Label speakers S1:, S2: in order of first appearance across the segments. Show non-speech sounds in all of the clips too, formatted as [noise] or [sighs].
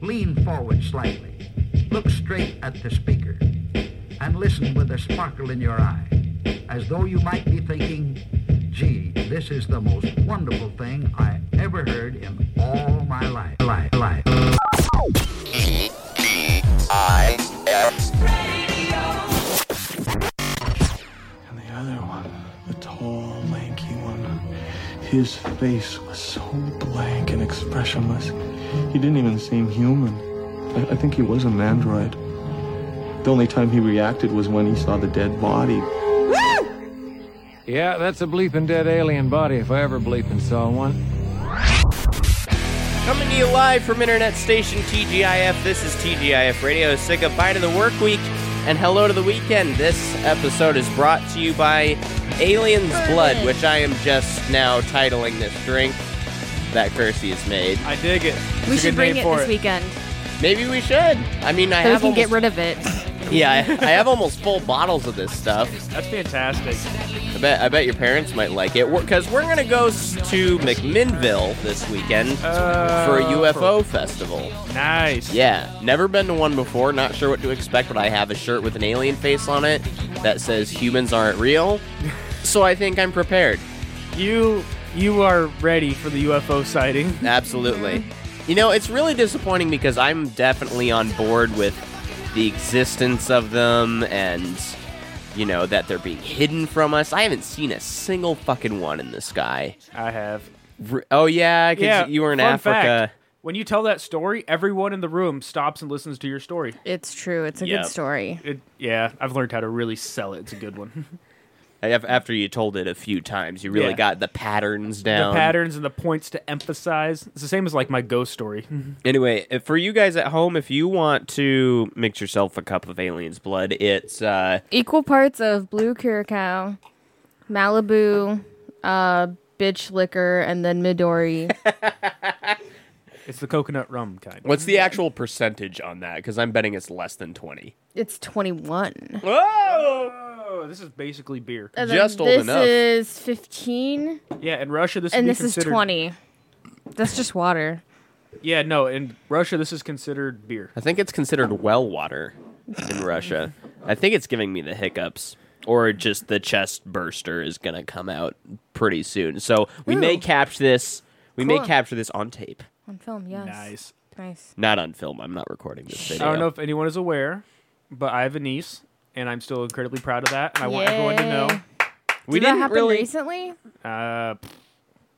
S1: Lean forward slightly. Look straight at the speaker and listen with a sparkle in your eye, as though you might be thinking, gee, this is the most wonderful thing I ever heard in all my life. life, life.
S2: E B I F
S3: And the other one, the tall, lanky one, his face was so blank and expressionless. He didn't even seem human. I, I think he was an android. The only time he reacted was when he saw the dead body.
S4: Yeah, that's a bleeping dead alien body if I ever bleeping saw one.
S5: Coming to you live from internet station TGIF. This is TGIF Radio. Say goodbye to the work week and hello to the weekend. This episode is brought to you by Alien's Blood, which I am just now titling this drink that Kersey has made.
S6: I dig it. It's a
S7: We
S6: good
S7: should bring
S6: name
S7: it
S6: for
S7: this weekend
S5: Maybe we should. I mean, I
S7: so we
S5: have
S7: can get
S5: almost,
S7: rid of it.
S5: yeah, I, I have almost full bottles of this stuff.
S6: That's fantastic.
S5: I bet I bet your parents might like it because we're gonna go s- to McMinnville this weekend
S6: Uh,
S5: for a UFO festival.
S6: Nice.
S5: Yeah, never been to one before. Not sure what to expect, but I have a shirt with an alien face on it that says humans aren't real. So I think I'm prepared.
S6: You you are ready for the
S5: [laughs]
S6: UFO sighting.
S5: Absolutely. You know, it's really disappointing because I'm definitely on board with the existence of them and you know that they're being hidden from us. I haven't seen a single fucking one in the sky.
S6: I have.
S5: R- Oh yeah, 'cause
S6: Yeah.
S5: you were in
S6: fun
S5: Africa.
S6: Fact, when you tell that story, everyone in the room stops and listens to your story.
S7: It's true. It's a
S5: Yep.
S7: good story.
S6: It, yeah, I've learned how to really sell it. It's a good one. [laughs]
S5: Af- After you told it a few times, you really
S6: Yeah.
S5: got the patterns down.
S6: The patterns and the points to emphasize. It's the same as like my
S5: [laughs]
S6: ghost story. [laughs]
S5: Anyway, if- for you guys at home, if you want to mix yourself a cup of alien's blood, it's uh,
S7: Equal parts of blue curacao, Malibu, uh, bitch liquor, and then Midori.
S6: It's the coconut rum kind.
S5: what's the actual percentage on that? Because I'm betting it's less than twenty.
S7: it's 21.
S5: Whoa!
S6: Oh, this is basically beer.
S7: And then
S5: Just old
S7: this
S5: enough.
S7: is 15,
S6: Yeah, in Russia this would
S7: and
S6: be
S7: this is
S6: considered-
S7: 20. That's just water.
S6: Yeah, no, in Russia this is considered beer.
S5: I think it's considered well water in Russia. I think it's giving me the hiccups. Or just the chest burster is gonna come out pretty soon, so we may
S7: Ooh.
S5: capture this. We may
S7: Cool.
S5: capture this on tape,
S7: On film, yes.
S6: Nice.
S7: Nice.
S5: not on film. I'm not recording this video.
S6: I don't know if anyone is aware, but I have a niece, and I'm still incredibly proud of that. And I want everyone to know.
S5: we
S7: Did that
S5: didn't
S7: happen
S5: really.
S7: recently?
S6: Uh,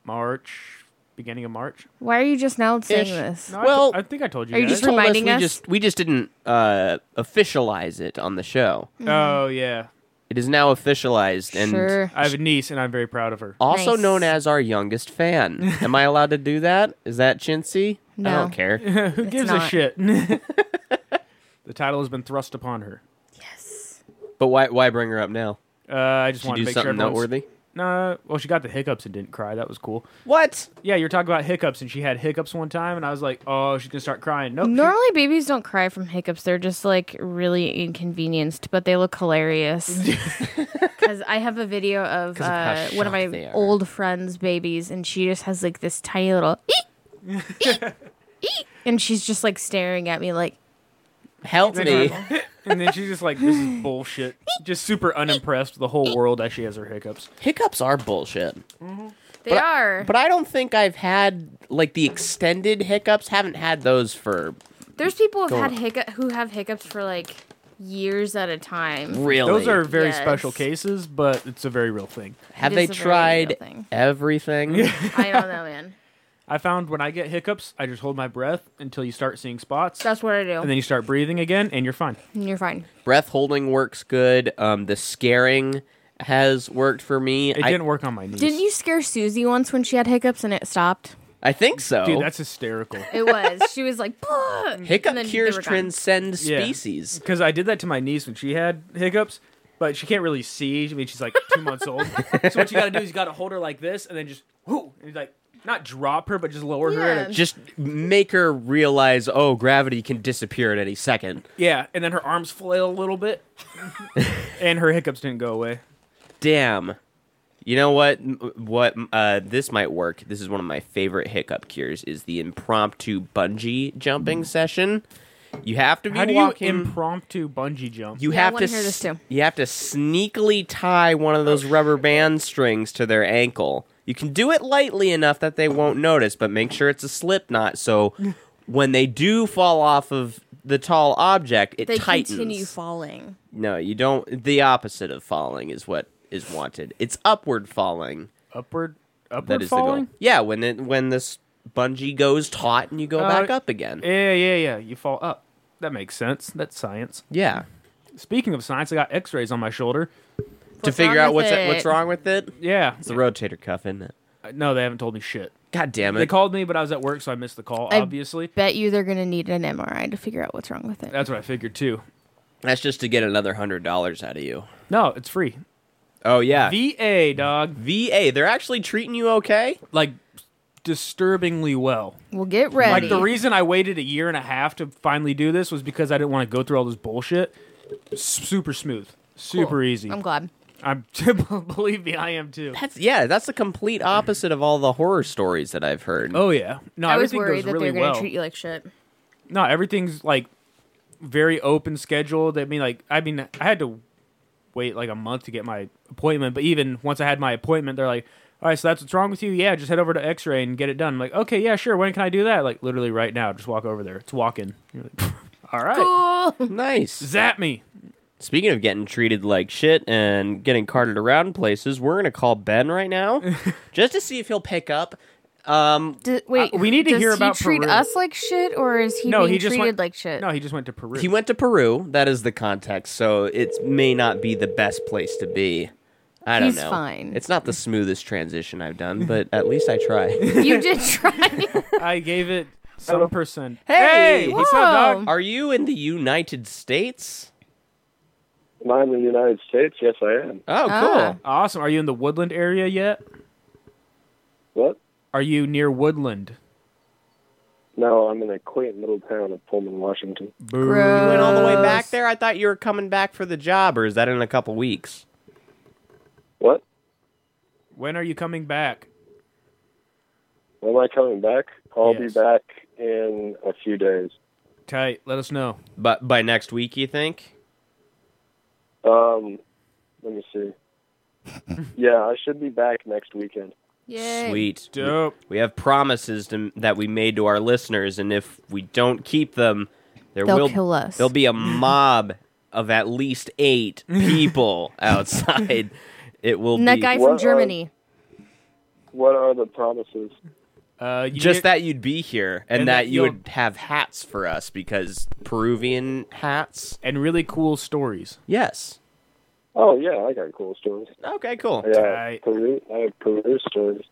S6: March, beginning of March.
S7: Why are you just now saying
S5: Ish.
S7: this?
S6: No,
S5: Well-
S6: I, th- I think I told you.
S7: Are you
S6: guys.
S5: just told us
S7: reminding
S5: we
S7: us?
S5: just we just didn't uh, officialize it on the show.
S6: oh yeah,
S5: It is now officialized and
S7: sure.
S6: I have a niece, and I'm very proud of her.
S5: also
S7: Nice.
S5: known as our youngest fan.
S7: [laughs]
S5: Am I allowed to do that? Is that chintzy? I
S7: No.
S5: don't care.
S6: Who gives a
S7: not.
S6: shit? [laughs] the title has been thrust upon her.
S5: but why why bring her up
S6: [laughs]
S5: now?
S6: Uh, I just
S5: Did
S6: want
S5: you do
S6: to make sure
S5: something
S6: everyone's-
S5: noteworthy?
S6: No, well, she got the hiccups and didn't cry. That was cool.
S5: What?
S6: Yeah, you're talking about hiccups, and she had hiccups one time, and I was like, "Oh, she's gonna start crying." Nope. she-
S7: Normally, babies don't cry from hiccups. They're just like really inconvenienced, but they look
S5: [laughs]
S7: hilarious. Because I have a video of
S5: of how
S7: uh, one of
S5: shocked they
S7: my
S5: are.
S7: old friends' babies, and she just has like this tiny little eek,
S5: [laughs]
S7: eek, eek, and she's just like staring at me like,
S5: Help me.
S6: and then she's just like, "This is bullshit." Just super unimpressed with the whole world as she has her hiccups.
S5: [laughs] Hiccups are bullshit.
S7: they are.
S5: But I don't think I've had like the extended hiccups. Haven't had those for
S7: There's people who've
S5: Go
S7: had
S5: on.
S7: hiccup who have hiccups for like years at a time.
S5: really.
S6: Those are very
S7: Yes.
S6: special cases, but it's a very real thing.
S5: Have
S7: It
S5: they
S7: is a very real
S5: tried
S7: thing.
S6: [laughs]
S5: everything? [laughs]
S7: I don't know, man.
S6: I found when I get hiccups, I just hold my breath until you start seeing spots,
S7: That's what I do.
S6: and then you start breathing again, and you're fine.
S7: You're fine.
S5: breath holding works good. Um, the scaring has worked for me.
S6: It
S5: I,
S6: didn't work on my knees.
S7: Didn't you scare Susie once when she had hiccups and it stopped?
S5: I think so.
S6: Dude, that's hysterical.
S7: It was. She was like, "Bah!"
S5: Hiccup
S7: Mm. And then they
S5: cures
S7: were gone.
S5: transcend
S6: Yeah.
S5: species.
S6: Because I did that to my niece when she had hiccups, but she can't really see. I mean, she's like two months old. so what you got to do is you got to hold her like this, and then just whoo, and like not drop her, but just lower her.
S7: Yeah.
S6: And it-
S5: Just make her realize, oh, gravity can disappear at any second.
S6: yeah, and then her
S5: [laughs]
S6: arms flail a little bit, and her hiccups didn't go away.
S5: Damn. You know what? m- What uh, this might work. This is one of my favorite hiccup cures: is the impromptu bungee jumping session. You have to be
S6: How do you
S5: walking.
S6: impromptu bungee jump?
S5: you
S7: Yeah, I
S5: have
S7: wanna
S5: to.
S7: hear this
S5: s-
S7: too.
S5: You have to sneakily tie one of
S6: Oh,
S5: those rubber band strings to their ankle. You can do it lightly enough that they won't notice, but make sure it's a slip knot.
S6: [laughs]
S5: So when they do fall off of the tall object, it
S7: They
S5: tightens.
S7: continue falling.
S5: No, you don't. The opposite of falling is what is wanted. It's upward falling.
S6: upward, upward
S5: That is
S6: falling.
S5: the goal. Yeah, when it when this bungee goes taut and you go
S6: Uh,
S5: back up again.
S6: Yeah, yeah, yeah. You fall up. That makes sense. That's science.
S5: yeah,
S6: Speaking of science, I got X-rays on my shoulder.
S5: to
S7: What's
S5: figure
S7: wrong
S5: out
S7: with
S5: what's
S7: it?
S5: what's wrong with it.
S6: Yeah.
S5: It's the rotator cuff, isn't it?
S6: No, they haven't told me shit.
S5: God damn it!
S6: They called me, but I was at work, so I missed the call.
S7: I-
S6: Obviously,
S7: Bet you they're gonna need an MRI to figure out what's wrong with it.
S6: that's what I figured too.
S5: That's just to get another hundred dollars out of you.
S6: No, it's free.
S5: Oh yeah,
S6: VA dog,
S5: VA. They're actually treating you okay.
S6: like disturbingly well.
S7: We'll get ready.
S6: Like the reason I waited a year and a half to finally do this was because I didn't want to go through all this bullshit. S- Super smooth, super
S7: Cool.
S6: easy.
S7: I'm glad.
S6: I'm [laughs] believe me, I am too.
S5: That's yeah. That's the complete opposite of all the horror stories that I've heard.
S6: Oh yeah, no,
S7: I was
S6: everything
S7: worried
S6: goes
S7: that
S6: really
S7: they were gonna
S6: well.
S7: treat you like shit.
S6: no, everything's like very open scheduled. I mean, like, I mean, I had to wait like a month to get my appointment, but even once I had my appointment, they're like, "All right, so that's what's wrong with you? Yeah, just head over to X-ray and get it done." I'm like, okay, yeah, sure. When can I do that? Like, literally right now. Just walk over there. It's walking. You're like, [laughs] all right,
S7: Cool.
S5: nice.
S6: zap me.
S5: Speaking of getting treated like shit and getting carted around places, we're gonna call Ben right now just to see if he'll pick up. Um,
S7: D- wait,
S6: Uh, we need to
S7: does
S6: hear
S7: he
S6: about
S7: treat
S6: Peru.
S7: us like shit, or is he
S6: No,
S7: being
S6: he just
S7: treated
S6: went-
S7: like shit?
S6: No, he just went to Peru.
S5: he went to Peru. That is the context, so it may not be the best place to be. I don't
S7: He's
S5: know.
S7: fine.
S5: It's not the smoothest transition I've done, but at least I
S7: [laughs]
S5: try.
S7: [laughs] you did
S6: [laughs]
S7: try.
S6: I
S5: [laughs]
S6: gave it some percent.
S5: Hey!
S6: what's up,
S7: Whoa.
S6: dog?
S5: Are you in the United States?
S8: Now I'm in the United States. Yes, I am.
S5: Oh, cool.
S7: Ah.
S6: Awesome. Are you in the Woodland area yet?
S8: What?
S6: Are you near Woodland?
S8: No, I'm in a quaint little town of Pullman, Washington.
S7: Gross.
S5: You went all the way back there. I thought you were coming back for the job, or is that in a couple weeks?
S8: What?
S6: When are you coming back?
S8: Am I coming back? I'll
S6: Yes.
S8: be back in a few days.
S6: Tight. Let us know.
S5: But by next week, you think?
S8: Um, let me see. yeah, I should be back next weekend.
S7: Yay.
S5: Sweet.
S6: Dope.
S5: We have promises to, that we made to our listeners, and if we don't keep them, there
S7: They'll
S5: will
S7: kill us.
S5: There'll be a mob of at least [laughs] eight people outside. It will
S7: And that
S5: be
S7: guy
S8: What
S7: from
S8: are-
S7: Germany.
S8: What are the promises?
S6: Uh, you
S5: just
S6: need-
S5: that you'd be here, and,
S6: And
S5: that,
S6: that
S5: you
S6: you'll-
S5: would have hats for us because Peruvian hats.
S6: and really cool stories.
S5: Yes.
S8: Oh yeah, I got cool stories.
S5: Okay. Cool.
S8: Yeah,
S6: Tight.
S8: Peru. I have Peru stories.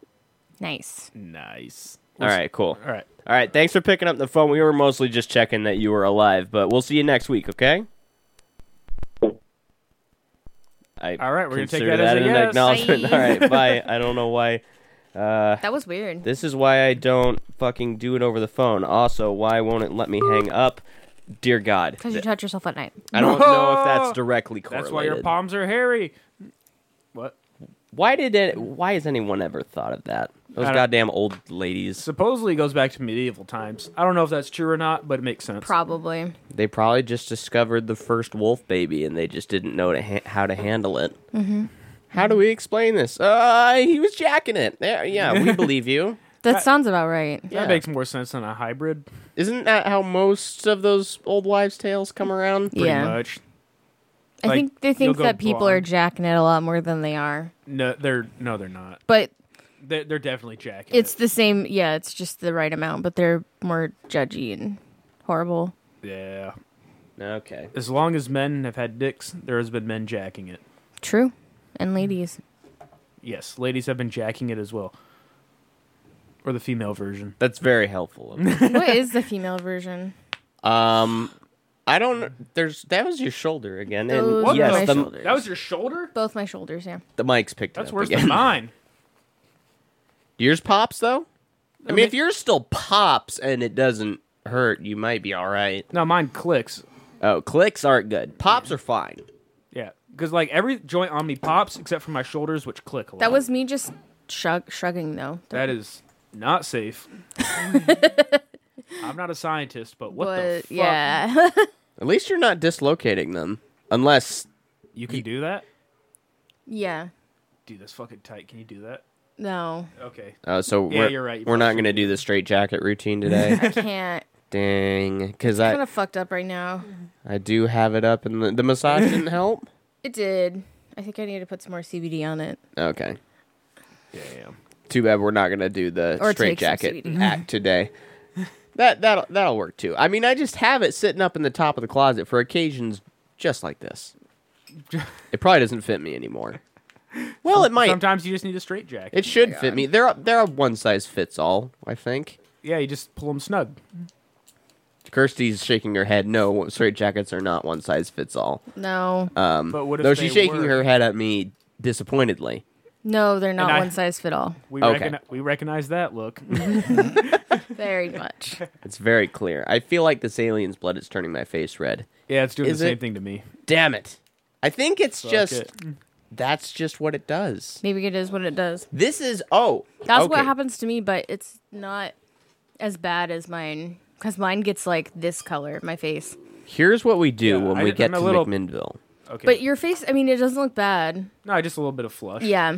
S7: Nice.
S6: Nice.
S5: All right. Cool.
S6: All right.
S5: All right. Thanks for picking up the phone. We were mostly just checking that you were alive, but we'll see you next week. Okay. I
S6: All right, we're gonna take
S5: consider
S6: that as
S5: an
S6: a yes.
S5: acknowledgement.
S7: Bye.
S5: All
S7: [laughs]
S5: right. Bye. I don't know why.
S6: Uh,
S7: That was weird.
S5: This is why I don't fucking do it over the phone. Also, why won't it let me hang up? Dear God.
S7: Because you touch yourself at night.
S5: I don't know
S6: [laughs]
S5: if that's directly correlated.
S6: That's why your palms are hairy. What?
S5: Why did it? Why has anyone ever thought of that? Those
S6: don't-
S5: goddamn old ladies.
S6: Supposedly goes back to medieval times. I don't know if that's true or not, but it makes sense.
S7: Probably.
S5: They probably just discovered the first wolf baby and they just didn't know to ha- how to handle it. Mm-hmm. How do we explain this? Uh, he was jacking it. There, yeah,
S6: [laughs]
S5: we believe you.
S7: That sounds about right.
S5: Yeah.
S6: That makes more sense than a hybrid,
S5: Isn't that how most of those old wives' tales come around?
S6: pretty
S7: yeah.
S6: much.
S7: I
S6: Like,
S7: think they
S6: you'll
S7: think
S6: go
S7: that people are
S6: blonde.
S7: jacking it a lot more than they are.
S6: No, they're no, they're not.
S7: But
S6: They're, they're definitely jacking.
S7: it's the same. Yeah, it's just the right amount, but they're more judgy and horrible.
S6: it. yeah.
S5: Okay.
S6: As long as men have had dicks, there has been men jacking it.
S7: True. Mm. And ladies.
S6: Yes, ladies have been jacking it as well, or the female version.
S5: That's very
S6: [laughs]
S5: helpful. of me.
S7: [laughs] [laughs] what is the female version?
S5: Um, I don't. There's that was your shoulder again, and
S7: Those are
S5: yes,
S7: my
S5: the,
S7: shoulders.
S6: That was your shoulder.
S7: Both my shoulders, yeah.
S5: the mic's picked
S6: That's
S5: up
S6: worse
S5: again.
S6: than mine.
S5: [laughs] Yours pops though. I mean, if yours still pops and it doesn't hurt, you might be all right.
S6: No, mine clicks.
S5: Oh, clicks aren't good. Pops are fine.
S6: Yeah, because like every joint on me pops except for my shoulders, which click a lot.
S7: That was me just shrug- shrugging, though.
S6: that is
S7: [laughs]
S6: not safe. I'm not a scientist, but what the
S7: But,
S6: fuck?
S7: yeah. [laughs]
S5: At least you're not dislocating them, unless
S6: You can do that,
S7: yeah.
S6: dude. That's fucking tight. Can you do that? [laughs]
S7: No,
S6: Okay.
S5: Uh, so
S6: Yeah,
S5: we're,
S6: you're right, you
S5: we're not
S6: probably
S5: going to do the straight jacket
S6: [laughs]
S5: routine today.
S7: can't.
S5: Dang, because
S7: kind
S5: I,
S7: of fucked up right now.
S5: I do have it up, and the, the massage
S6: [laughs]
S5: didn't help.
S7: It did. I think I need to put some more CBD on it.
S5: Okay,
S6: Damn.
S5: too bad we're not going to do the
S7: Or
S5: straight
S7: take some
S5: jacket
S7: sweetie. [laughs]
S5: act today. That that will that'll work too. I mean, I just have it sitting up in the top of the closet for occasions just like
S6: [laughs]
S5: this. It probably doesn't fit me anymore. Well, it might.
S6: Sometimes you just need a straight jacket.
S5: It should fit me. There are there are one size fits all. I think.
S6: yeah, you just pull them snug.
S5: Kirsty's shaking her head. No, straight jackets are not one size fits all. Um,
S7: No,
S6: But what if
S5: Though
S6: they
S5: she's shaking
S6: were?
S5: her head at me disappointedly.
S7: no, they're not
S6: And I-
S7: one size fit
S6: [laughs]
S7: all.
S6: We,
S5: Okay.
S6: recogni- we recognize
S7: [laughs]
S6: that look.
S7: Very much.
S5: It's very clear. I feel like this alien's blood is turning my face red.
S6: yeah, it's doing
S5: Is
S6: the same
S5: it-
S6: thing to me.
S5: Damn it. I think it's
S6: Fuck
S5: just
S6: it.
S5: that's just what it does.
S7: Maybe it is what it does.
S5: This is oh.
S7: That's what
S5: okay.
S7: happens to me, but it's not as bad as mine because mine gets like this color, my face.
S5: Here's what we do
S6: Yeah,
S5: when
S6: I-
S5: we get
S6: I'm a
S5: to
S6: little-
S5: McMinnville.
S6: Okay.
S7: But your face, I mean, it doesn't look bad.
S6: no, just a little bit of flush.
S7: Yeah.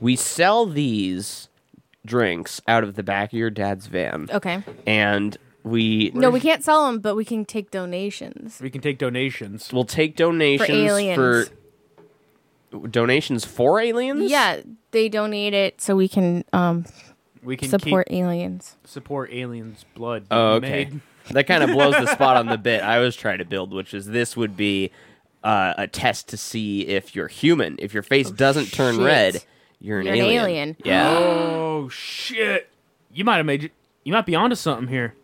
S5: We sell these drinks out of the back of your dad's van.
S7: Okay.
S5: And we
S7: No, we can't sell them, but we can take donations.
S6: We can take donations.
S5: will take donations
S7: aliens.
S5: for- donations for aliens?
S7: Yeah, they donate it so we can um,
S6: We can
S7: support
S6: keep
S7: aliens.
S6: support aliens' blood.
S5: Oh,
S6: being
S5: okay.
S6: made.
S5: [laughs] That kind of blows the spot
S6: [laughs]
S5: on the bit I was trying to build, which is this would be uh, a test to see if you're human. If your face doesn't turn
S7: shit.
S5: red, you're an
S7: You're an
S5: alien.
S7: alien.
S5: Yeah.
S6: Oh, Oh shit! You might have made. It, you might be onto something here.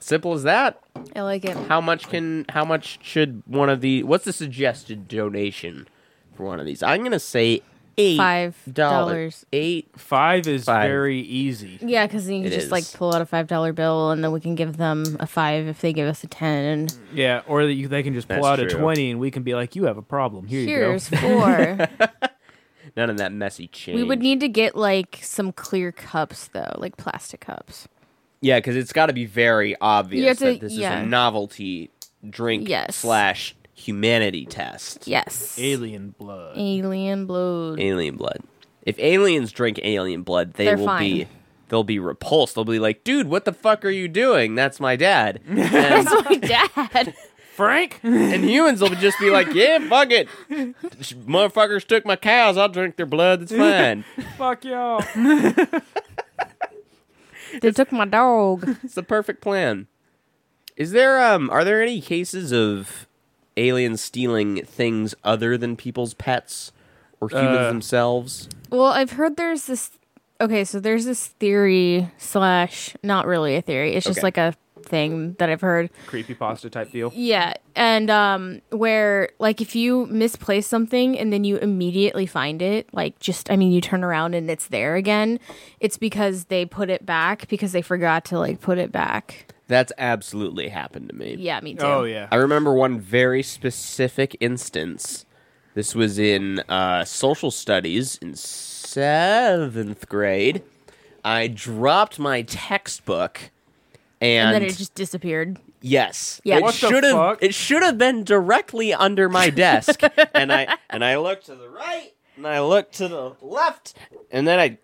S5: Simple as that.
S7: I like it.
S5: How much can? How much should one of the? What's the suggested donation for one of these? I'm gonna say eight
S7: Five dollars.
S5: Eight.
S6: Five is
S5: Five.
S6: very easy.
S7: Yeah, because then you
S5: It
S7: can just like
S5: is.
S7: pull out a five dollar bill, and then we can give them a five if they give us a ten.
S6: Yeah, or that you, they can just pull
S5: That's
S6: out a
S5: true.
S6: twenty, and we can be like, "You have a problem. Here
S7: Here's
S6: you
S7: four.
S5: None of that messy change.
S7: we would need to get like some clear cups though, like plastic cups.
S5: Yeah, because it's got to be very obvious
S7: to-
S5: that this
S7: yeah.
S5: is a novelty drink
S7: Yes.
S5: slash humanity test.
S7: Yes.
S6: go. Alien blood.
S7: Alien blood.
S5: Alien blood. If aliens drink alien blood, they
S7: They're
S5: will be
S7: fine.
S5: they'll be repulsed. They'll be like, "Dude, what the fuck are you doing? That's my dad." And,
S7: [laughs] My dad. [laughs]
S6: Frank.
S5: and humans will just be like, "Yeah, fuck it. Motherfuckers took my cows. I'll drink their blood. That's fine."
S6: [laughs]
S7: [laughs]
S6: Fuck y'all.
S7: they took my dog.
S5: It's the perfect plan. Is there um are there any cases of aliens stealing things other than people's pets or humans
S6: Uh,
S5: themselves?
S7: [laughs] Well, I've heard there's this. Okay, so there's this theory slash not really a theory. It's just
S5: Okay.
S7: like a thing that I've heard
S6: Creepy pasta type deal.
S7: Yeah, and um, where like if you misplace something and then you immediately find it, like just I mean you turn around and it's there again, it's because they put it back because they forgot to like put it back.
S5: That's absolutely happened to me.
S7: Yeah, me too.
S6: Oh yeah.
S5: I remember one very specific instance. This was in uh, social studies in seventh grade. I dropped my textbook,
S7: and
S5: and,
S7: then it just disappeared.
S5: yes,
S7: Yeah.
S5: it
S7: What
S6: the
S5: should have
S6: fuck?
S5: it should have been directly under
S7: [laughs]
S5: my desk. and I and I looked to the right, and I looked to the left, and then I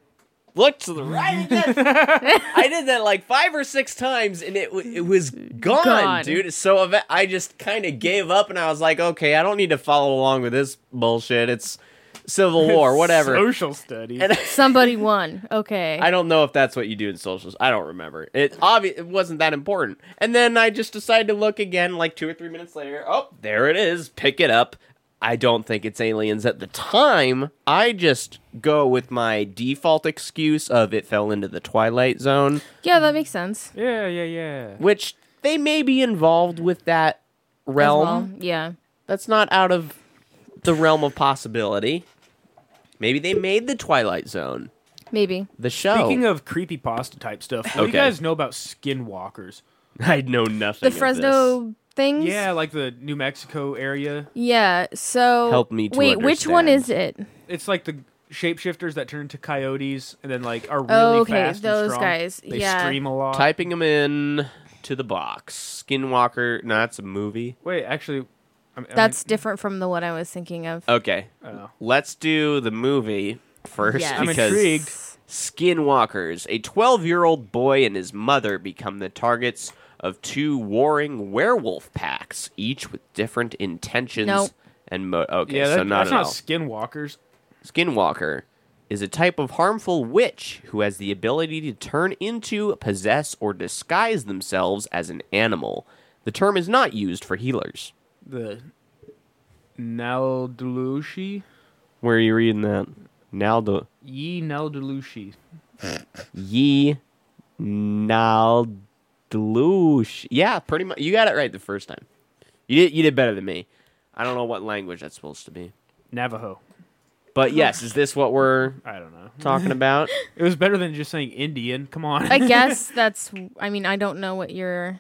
S5: looked to the right again. I did that like five or six times, and it w- it was gone,
S7: Gone.
S5: dude. So eva- I just kind of gave up, and I was like, okay, I don't need to follow along with this bullshit. It's civil war, whatever.
S6: Social studies.
S5: And-
S7: Somebody won. Okay.
S5: I don't know if that's what you do in socials. I don't remember. It obvi- it wasn't that important. And then I just decided to look again like 2 or 3 minutes later. Oh, there it is. Pick it up. I don't think it's aliens at the time. I just go with my default excuse of it fell into the twilight zone,
S7: yeah, that makes sense.
S6: yeah, yeah, yeah.
S5: which they may be involved with that
S7: as
S5: realm.
S7: well. Yeah.
S5: That's not out of the realm of possibility. Maybe they made the twilight zone.
S7: Maybe.
S5: The show. [laughs]
S6: Speaking
S7: Oh.
S6: of creepy pasta type stuff, what do
S5: Okay.
S6: you guys know about skinwalkers?
S5: I know nothing.
S7: The
S5: of this.
S7: Fresno things.
S6: Yeah, like the New Mexico area.
S7: Yeah. So
S5: Help me to
S7: wait, which one
S5: understand.
S7: is it?
S6: It's like the shapeshifters that turn into coyotes and then like are really
S7: Oh, okay,
S6: fast. and
S7: those
S6: strong.
S7: guys,
S6: They
S7: yeah.
S6: stream a lot.
S5: Typing them in to the box. Skinwalker. No, that's a movie.
S6: Wait, actually, I mean,
S7: That's different from the one I was thinking of.
S5: Okay,
S6: I, mean, oh.
S5: let's do the movie first
S7: Yes.
S6: I'm
S5: because
S6: intrigued.
S5: Skinwalkers. A 12 year old boy and his mother become the targets of two warring werewolf packs, each with different intentions
S7: Nope.
S5: and mo- okay,
S6: yeah, that,
S5: so not
S6: that's
S5: at
S6: not
S5: all.
S6: skinwalkers.
S5: Skinwalker is a type of harmful witch who has the ability to turn into, possess, or disguise themselves as an animal. The term is not used for healers.
S6: The Naldulushi,
S5: Where are you reading that? Naldo.
S6: ye Naldulushi.
S5: Ye Naldlush. Yeah, pretty much. You got it right the first time. You did, you did better than me. I don't know what language that's supposed to be.
S6: Navajo. [laughs]
S5: But yes, is this what we're
S6: I don't know.
S5: talking
S6: [laughs]
S5: about?
S6: It was better than just saying Indian. Come on. [laughs]
S7: I guess that's. I mean, I don't know what you're.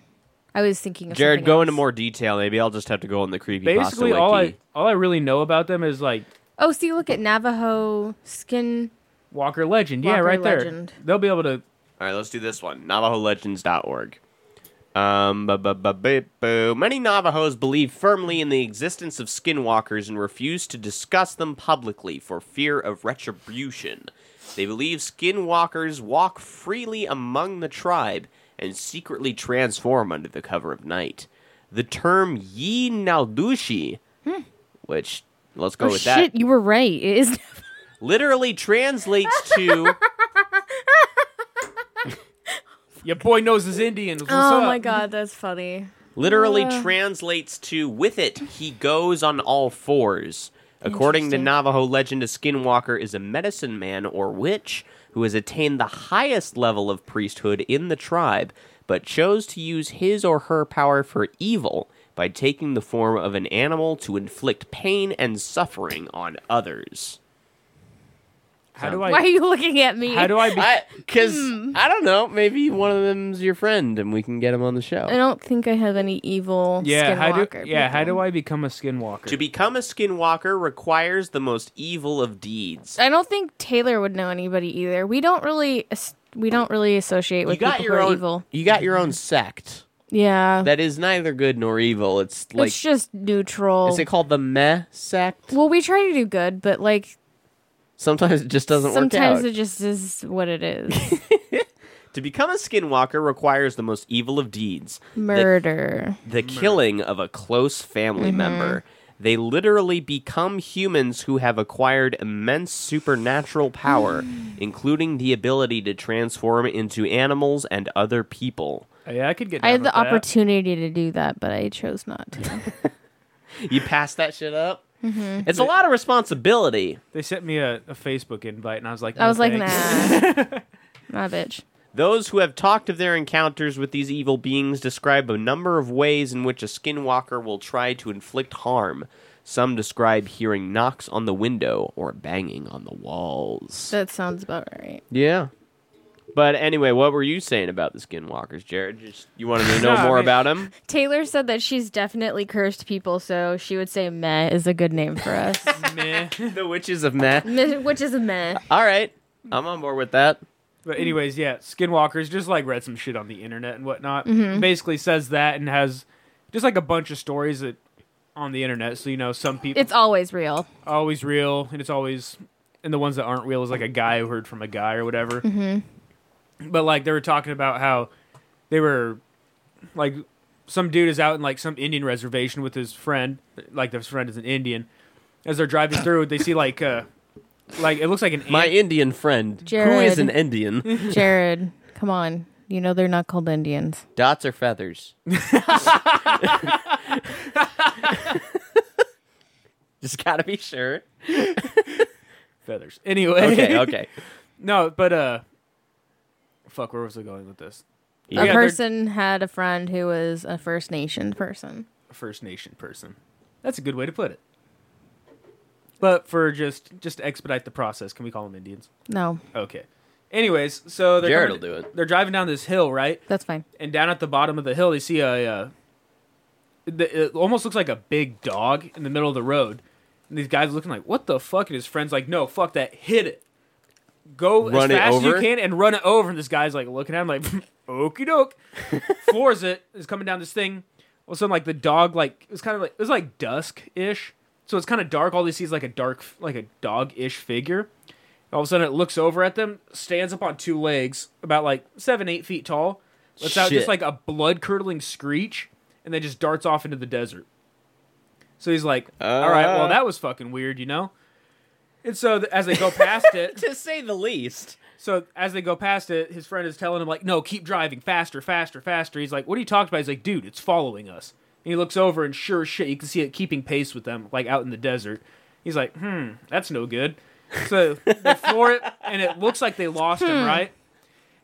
S7: I was thinking of
S5: Jared,
S7: something
S5: go
S7: else.
S5: into more detail. Maybe I'll just have to go on the creepy
S6: Basically, all I all I really know about them is like
S7: Oh, see, look at Navajo skin.
S6: Walker Legend. yeah,
S7: Walker
S6: right
S7: Legend.
S6: there. They'll be able to.
S5: All right, let's do this one. NavajoLegends.org. Um, ba- ba- ba- ba- boo. Many Navajos believe firmly in the existence of skinwalkers and refuse to discuss them publicly for fear of retribution. They believe skinwalkers walk freely among the tribe and secretly transform under the cover of night. The term Yi Naldushi, which let's go
S7: Hmm. Oh,
S5: with
S7: shit,
S5: that,
S7: you were right. It is.
S5: literally translates to
S6: Your boy knows his Indians. What's
S7: oh
S6: up?
S7: my god, that's funny.
S5: literally translates to with it he goes on all fours according to
S7: Interesting.
S5: navajo legend a skinwalker is a medicine man or witch who has attained the highest level of priesthood in the tribe but chose to use his or her power for evil by taking the form of an animal to inflict pain and suffering on others
S6: How do
S5: Why
S6: I?
S7: Why are you looking at me?
S6: How do
S7: [laughs]
S6: I? Be-
S5: because I don't know maybe one of them's your friend and we can get him on the show
S7: I don't think I have any evil
S6: yeah. How do?
S7: skinwalker.
S6: Yeah. How
S7: people.
S6: do I become a skinwalker?
S5: To become a skinwalker requires the most evil of deeds.
S7: I don't think Taylor would know anybody either. We don't really as- we don't really associate
S5: You
S7: with
S5: got
S7: people
S5: your
S7: who are
S5: own
S7: evil.
S5: You got your own sect
S7: Yeah,
S5: that is neither good nor evil. It's like
S7: it's just neutral.
S5: is it called the meh sect?
S7: well, we try to do good, but like
S5: Sometimes it just doesn't work
S7: sometimes
S5: out.
S7: it just is what
S5: [laughs]
S7: it is.
S5: To become a skinwalker requires the most evil of deeds.
S7: Murder. Mm-hmm.
S5: the killing of a close family member. They literally become humans who have acquired immense supernatural
S7: [gasps]
S5: power, including the ability to transform into animals and other people.
S6: yeah, I could get.
S7: I
S6: down
S7: had the
S6: with that.
S7: opportunity to do that, but I chose not to.
S5: You pass that shit up?
S7: Mm-hmm.
S5: It's a lot of responsibility.
S6: They sent me a, a Facebook invite, and I was like,
S7: I was
S6: "No,
S7: like, nah,
S6: thanks." [laughs]
S7: nah, bitch.
S5: Those who have talked of their encounters with these evil beings describe a number of ways in which a skinwalker will try to inflict harm. Some describe hearing knocks on the window or banging on the walls.
S7: That sounds about right.
S5: Yeah. But anyway, what were you saying about the skinwalkers, Jared? Just you wanted [laughs] me to
S6: No,
S5: know
S6: I
S5: more
S6: mean-
S5: about 'em? about them?
S7: Taylor said that she's definitely cursed people, so she would say meh is a good name for
S6: [laughs]
S7: us,
S6: Meh.
S5: the witches of meh.
S7: Meh- which is a meh.
S5: All right, I'm on board with that.
S6: But anyways, yeah, skinwalkers just like read some shit on the internet and whatnot.
S7: Mm-hmm.
S6: Basically says that and has just like a bunch of stories that on the internet. So you know, some people
S7: It's always real.
S6: are always real, and it's always and the ones that aren't real is like a guy who heard from a guy or whatever. But like they were talking about how they were like some dude is out in like some Indian reservation with his friend. Like his friend is an Indian. As they're driving through, they see like uh like it looks like an
S5: My
S6: ant-
S5: Indian friend, who is
S7: Jared.
S5: an Indian,
S7: Jared, come on. You know they're not called Indians.
S5: dots or [laughs] feathers. Just gotta be sure.
S6: feathers.
S5: [laughs]
S6: Anyway,
S5: Okay, [laughs] okay.
S6: [laughs] No, but uh, fuck, where was I going with this?
S7: A
S6: Yeah, they're-
S7: person had a friend who was a First Nation person.
S6: First Nation person. That's a good way to put it. But for just just to expedite the process, can we call them Indians?
S7: No,
S6: Okay. Anyways, so they're
S5: Jared
S6: coming-
S5: will do it.
S6: They're driving down this hill, right?
S7: that's fine.
S6: And down at the bottom of the hill, they see a. Uh, the, it almost looks like a big dog in the middle of the road. And these guys looking like, what the fuck? And his friend's like, no, fuck that, hit it. Go
S5: Run it
S6: as fast as
S5: over?
S6: you can and run it over. And this guy's like looking at him like, [laughs]
S5: [laughs]
S6: okey doke. Floors it, is coming down this thing. All of a sudden, like the dog, like it was kind of like it was like dusk ish. So it's kind of dark. All they see is like a dark, like a dog ish figure. All of a sudden, it looks over at them, stands up on two legs, about like seven, eight feet tall, lets out
S5: Shit.
S6: just like a blood curdling screech, and then just darts off into the desert. So he's like, "All right,
S5: Uh.
S6: well, that was fucking weird, you know." And so th- as they go past it,
S5: to say the least.
S6: so as they go past it, his friend is telling him like, "No, keep driving faster, faster, faster." He's like, "What are you talking about?" He's like, "Dude, it's following us." And he looks over, and sure as shit, you can see it keeping pace with them, like out in the desert. He's like, "Hmm, that's no good." So they floor it, and it looks like they lost him, right?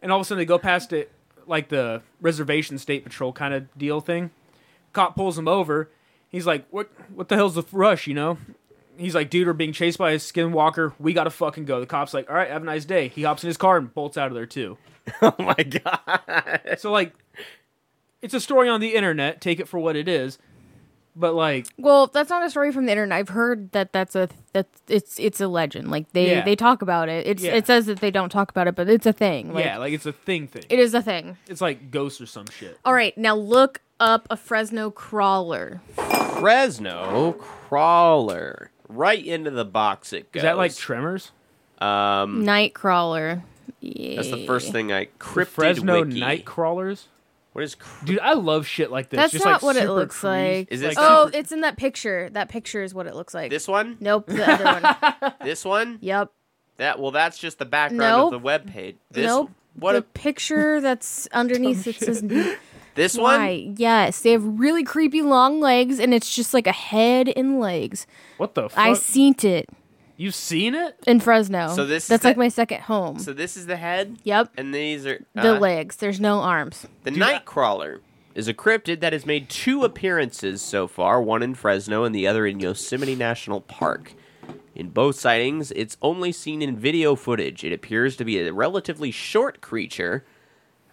S6: And all of a sudden, they go past it, like the reservation state patrol kind of deal thing. Cop pulls him over. He's like, "What? What the hell's the rush?" You know, he's like, dude, we're being chased by a skinwalker. We gotta fucking go. The cop's like, all right, have a nice day. He hops in his car and bolts out of there too.
S5: [laughs] Oh my god.
S6: So like, it's a story on the internet. Take it for what it is. But like,
S7: Well, that's not a story from the internet. I've heard that that's a that it's it's a legend. Like they
S6: Yeah.
S7: they talk about it. It's
S6: Yeah.
S7: it says that they don't talk about it, but it's a thing. Like,
S6: yeah, like it's a thing thing.
S7: It is a thing.
S6: It's like ghosts or some shit.
S7: All right, now look up a Fresno crawler.
S5: Fresno crawler. Right into the box it goes.
S6: Is that like Tremors? Hmm.
S5: um
S7: Night crawler. Yeah.
S5: that's the first thing I cryptid
S6: Fresno
S5: wiki.
S6: night crawlers.
S5: What is cr-
S6: Dude, I love shit like this.
S7: That's
S6: Just,
S7: not
S6: like,
S7: what it
S6: super
S7: looks
S6: creepy.
S7: like.
S5: Is it [laughs]
S7: oh,
S6: super-
S7: it's in that picture. That picture is what it looks like.
S5: this one?
S7: Nope, the other
S6: [laughs]
S7: one.
S5: This one?
S7: Yep.
S5: That well that's just the background
S7: Nope.
S5: of the webpage. This
S7: nope.
S5: what
S7: the
S5: a, [laughs]
S7: picture that's underneath it says
S5: this one?
S7: why? Yes, they have really creepy long legs, and it's just like a head and legs.
S6: What the fuck?
S7: I seen it
S6: You've seen it?
S7: in Fresno.
S5: So this is
S7: that's
S5: the-
S7: like my second home.
S5: So this is the head?
S7: yep,
S5: And these are
S7: the
S5: uh,
S7: legs. There's no arms.
S5: The Nightcrawler is a cryptid that has made two appearances so far, one in Fresno and the other in Yosemite National Park. In both sightings, it's only seen in video footage. It appears to be a relatively short creature,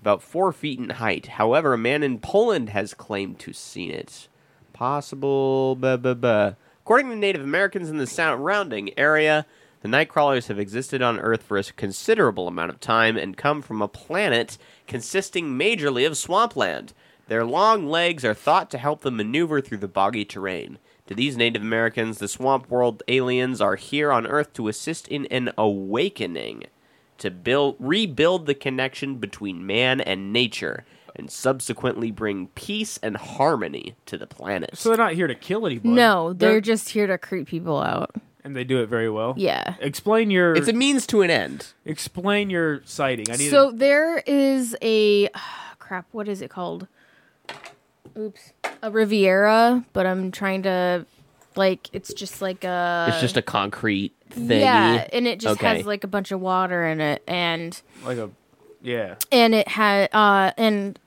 S5: about four feet in height. However, a man in Poland has claimed to seen it. Possible, blah, blah, blah. According to Native Americans in the surrounding area, the Nightcrawlers have existed on Earth for a considerable amount of time and come from a planet consisting majorly of swampland. Their long legs are thought to help them maneuver through the boggy terrain. To these Native Americans, the swamp world aliens are here on Earth to assist in an awakening to build rebuild the connection between man and nature and subsequently bring peace and harmony to the planet.
S6: So they're not here to kill anybody.
S7: No, they're just here to creep people out.
S6: and they do it very well.
S7: Yeah.
S6: Explain your
S5: it's a means to an end.
S6: explain your sighting. I need
S7: So there is a [sighs] crap. What is it called? Oops, a Riviera. But I'm trying to like it's just like a
S5: it's just a concrete thing.
S7: Uh, yeah, and it just
S5: Okay.
S7: has like a bunch of water in it, and
S6: like a yeah.
S7: and it had uh and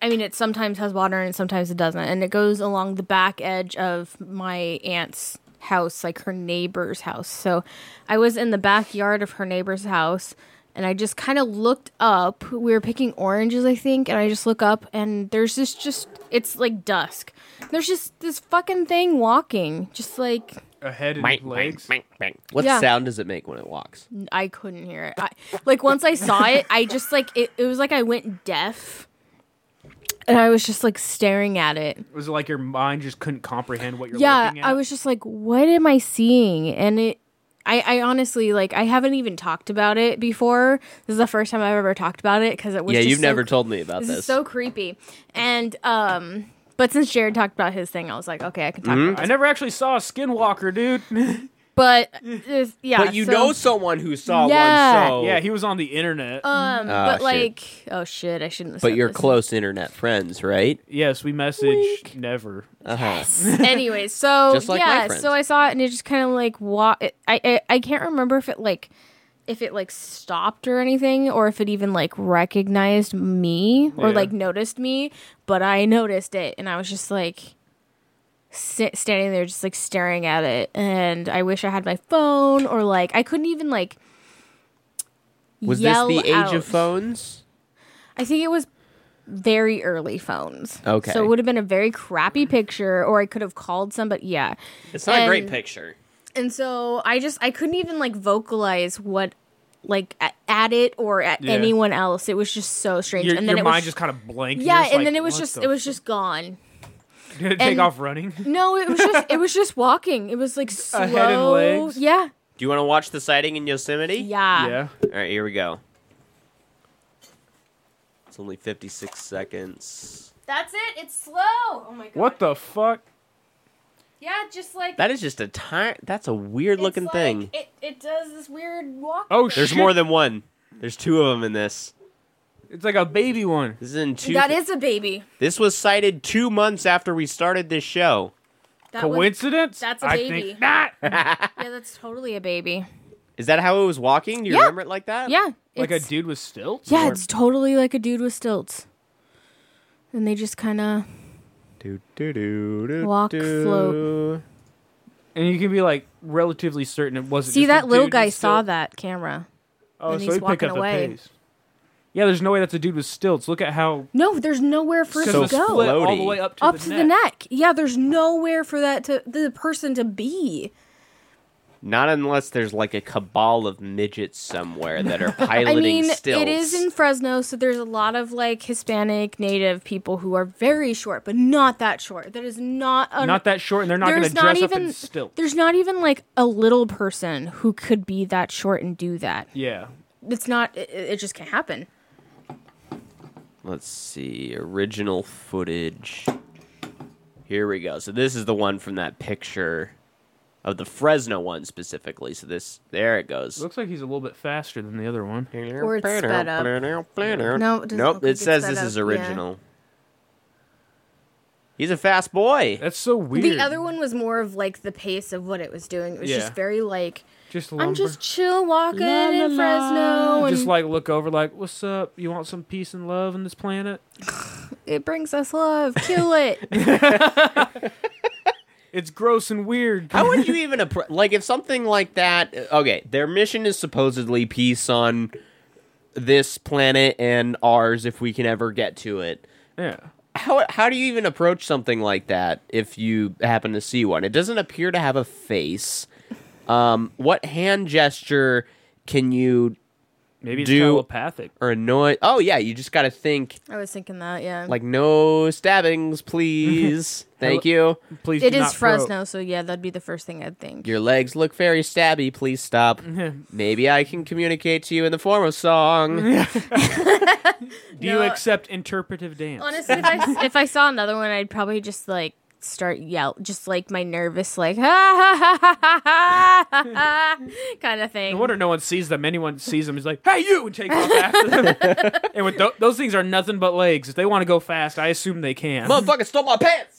S7: I mean it sometimes has water and sometimes it doesn't, and it goes along the back edge of my aunt's house, like her neighbor's house. So I was in the backyard of her neighbor's house and I just kind of looked up. We were picking oranges, I think, and I just look up and there's this just it's like dusk. There's just this fucking thing walking, just like
S6: A head and
S5: Bang, bang,
S6: legs.
S5: bang, bang. What
S7: Yeah.
S5: sound does it make when it walks?
S7: I couldn't hear it. I, like once I saw it, I just like it, it was like I went deaf. And I was just like staring at it.
S6: Was it like your mind just couldn't comprehend what you're
S7: Yeah,
S6: looking at?
S7: I was just like, what am I seeing? And it I, I honestly like I haven't even talked about it before. This is the first time I've ever talked about it because it was
S5: yeah,
S7: just
S5: you've
S7: so
S5: never told me about
S7: this,
S5: this.
S7: is so creepy. And um but since Jared talked about his thing, I was like, okay, I can talk
S5: Mm-hmm. Mm.
S7: about
S6: I
S7: it.
S6: never actually saw a skinwalker, dude. [laughs]
S7: But uh, yeah,
S5: but you
S7: so-
S5: know someone who saw
S7: Yeah.
S5: one, so
S6: yeah, he was on the internet.
S7: um,
S5: Ah,
S7: but
S5: shit.
S7: like, oh shit, I shouldn't. Have
S5: But
S7: said
S5: you're
S7: this.
S5: close internet friends, right?
S6: yes, we messaged never.
S5: Uh-huh. [laughs]
S7: anyway, so
S5: Just like my
S7: yeah,
S5: friends.
S7: so I saw it and it just kind of like wa- I, I I can't remember if it like if it like stopped or anything or if it even like recognized me or
S6: Yeah.
S7: like noticed me, but I noticed it and I was just like sit, standing there just like staring at it and I wish I had my phone or like I couldn't even like
S5: Was
S7: yell
S5: this the age
S7: out.
S5: of phones?
S7: I think it was very early phones.
S5: Okay.
S7: So it would have been a very crappy picture, or I could have called somebody. Yeah.
S5: It's not a great
S7: And-
S5: picture.
S7: And so I just I couldn't even like vocalize what like a- at it or at
S6: Yeah.
S7: anyone else. It was just so strange.
S6: Your,
S7: and then
S6: your
S7: it
S6: mind
S7: was
S6: just kind of blanked.
S7: yeah, and then it was just it was just gone.
S6: Did it [laughs] take
S7: and-
S6: off running?
S7: No, it was just it was just walking. It was like slow.
S6: [laughs] A head and legs?
S7: Yeah,
S5: Do you want to watch the sighting in Yosemite?
S7: yeah.
S6: yeah.
S5: All right, here we go. It's only 56 seconds.
S7: That's it. It's slow. Oh my god.
S6: What the fuck?
S7: Yeah, just like
S5: That is just a tiny. That's a weird
S7: it's
S5: looking
S7: like-
S5: thing.
S7: It it does this weird walk.
S6: Oh
S5: [laughs]
S6: shit!
S5: There's more than one. There's two of them in this.
S6: It's like a baby one.
S5: This is in two.
S7: that is a baby.
S5: This was cited two months after we started this show.
S7: That was-
S6: Coincidence?
S7: that's a
S6: I
S7: baby.
S6: think not.
S7: yeah, that's totally a baby.
S5: Is that how it was walking? Do you
S7: Yeah.
S5: remember it like that?
S7: Yeah.
S6: like a
S7: it's-
S6: dude with stilts.
S7: Yeah,
S6: Or-
S7: it's totally like a dude with stilts. And they just kind of
S5: Do, do, do, do,
S7: Walk,
S5: do.
S7: float.
S6: and you can be like relatively certain it wasn't.
S7: see
S6: just a
S7: that little
S6: dude
S7: guy
S6: with
S7: saw
S6: stilts.
S7: that camera.
S6: Oh,
S7: and
S6: so
S7: he's
S6: he picked
S7: walking
S6: up
S7: away.
S6: the pace. Yeah, there's no way that's a dude with stilts. Look at how
S7: No, there's nowhere for it
S6: because
S5: So
S7: to
S6: the
S7: go.
S6: split all the
S5: floaty.
S6: way up to
S7: Up
S6: the
S7: to
S6: neck.
S7: the neck. Yeah, there's nowhere for that to the person to be.
S5: Not unless there's like a cabal of midgets somewhere that are piloting
S7: [laughs] I mean,
S5: stilts.
S7: it is in Fresno, so there's a lot of like Hispanic, Native people who are very short, but not that short. That is not a,
S6: Not that short, and they're not going to
S7: there's
S6: dress
S7: not
S6: up in
S7: even
S6: stilts.
S7: there's not even like a little person who could be that short and do that.
S6: Yeah.
S7: It's not. It, it just can't happen.
S5: Let's see. Original footage. Here we go. So this is the one from that picture of the Fresno one specifically. So this there it goes.
S6: Looks like he's a little bit faster than the other one.
S7: Or it's sped up. No, it doesn't
S5: nope.
S7: look like
S5: it
S7: it's
S5: says
S7: sped
S5: this
S7: up,
S5: is
S7: yeah.
S5: original. He's a fast boy.
S6: [laughs] That's so weird.
S7: The other one was more of like the pace of what it was doing. It was
S6: Yeah.
S7: just very like
S6: just
S7: I'm
S6: lumber.
S7: just chill walking in Fresno, and
S6: just like look over, like, what's up? You want some peace and love on this planet?
S7: it brings us love. Kill it. [laughs]
S6: It's gross and weird.
S5: How would you even appro- like if something like that? Okay, their mission is supposedly peace on this planet and ours if we can ever get to it.
S6: yeah.
S5: How how do you even approach something like that if you happen to see one? It doesn't appear to have a face. Um, what hand gesture can you
S6: Maybe it's
S5: Do-
S6: telepathic.
S5: or annoy? Oh yeah, you just got to think
S7: I was thinking that. Yeah.
S5: like no stabbings,
S6: [laughs]
S5: please. Thank you.
S6: Please.
S7: It
S6: do
S7: is
S6: not probe.
S7: Fresno, so yeah, that'd be the first thing I'd think.
S5: Your legs look very stabby. Please
S6: [laughs]
S5: stop. Maybe I can communicate to you in the form of
S6: [laughs]
S5: song.
S6: Do you
S7: No.
S6: accept interpretive dance?
S7: Honestly, if I, if I saw another one, I'd probably just like start yell, just like my nervous like [laughs] ha ha ha ha ha ha [laughs] kind of
S6: I
S7: thing.
S6: wonder no one sees them. Anyone sees them is like, "Hey, you!" and takes off
S7: [laughs]
S6: after them. and with tho- those things are nothing but legs. If they want to go fast, I assume they can.
S5: Motherfucker stole my
S6: [laughs]
S5: pants.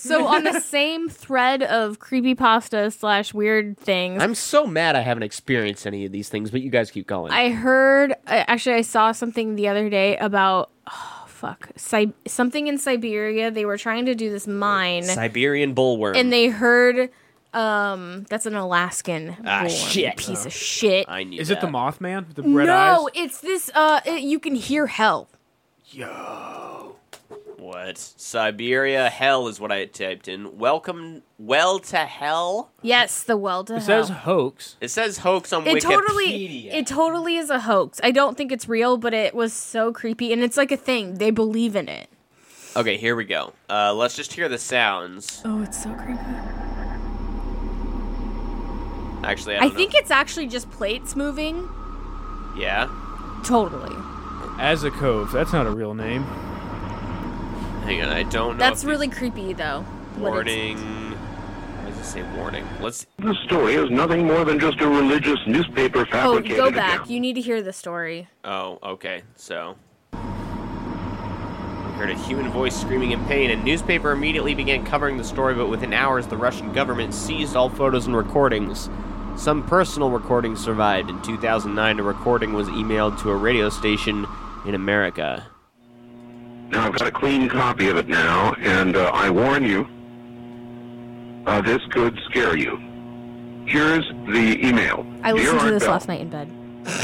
S7: So
S5: [laughs]
S7: on the same thread of creepypasta slash weird things,
S5: I'm so mad I haven't experienced any of these things, but you guys keep going.
S7: I heard I- actually I saw something the other day about oh fuck Sib- something in Siberia. They were trying to do this mine,
S5: Siberian bullworm.
S7: and they heard um that's an Alaskan
S5: Ah,
S7: bull,
S5: shit.
S7: piece of shit.
S5: I knew
S6: is it the
S5: that.
S6: Mothman with the red eyes?
S7: no, it's this. Uh, it- you can hear hell.
S5: What? Siberia hell is what I typed in. Welcome, well to hell.
S7: Yes, the well to
S6: It
S7: hell.
S6: says hoax.
S5: It says hoax on
S7: it
S5: Wikipedia.
S7: totally, it totally is a hoax. I don't think it's real, but it was so creepy, and it's like a thing. They believe in it.
S5: okay, here we go. Uh, let's just hear the sounds.
S7: Oh, it's so creepy.
S5: Actually, I,
S7: I
S5: don't
S7: think
S5: know.
S7: it's actually just plates moving.
S5: Yeah.
S7: Totally.
S6: As a cove. That's not a real name.
S5: Hang on, I don't know.
S7: That's
S5: if
S7: really creepy, though.
S5: the
S7: what it's-
S5: warning. Why does it say warning? Let's.
S9: This story is nothing more than just a religious newspaper
S7: Oh,
S9: fabricated.
S7: go
S9: account.
S7: back. You need to hear the story.
S5: Oh, okay. So. We Heard a human voice screaming in pain, and newspaper immediately began covering the story. But within hours, the Russian government seized all photos and recordings. Some personal recordings survived. In 2009, a recording was emailed to a radio station in America.
S9: Now I've got a clean copy of it now, and uh, I warn you, uh, this could scare you. Here's the email.
S7: I listened
S9: Dear
S7: to
S9: Art
S7: this
S9: Bell,
S7: last night in bed.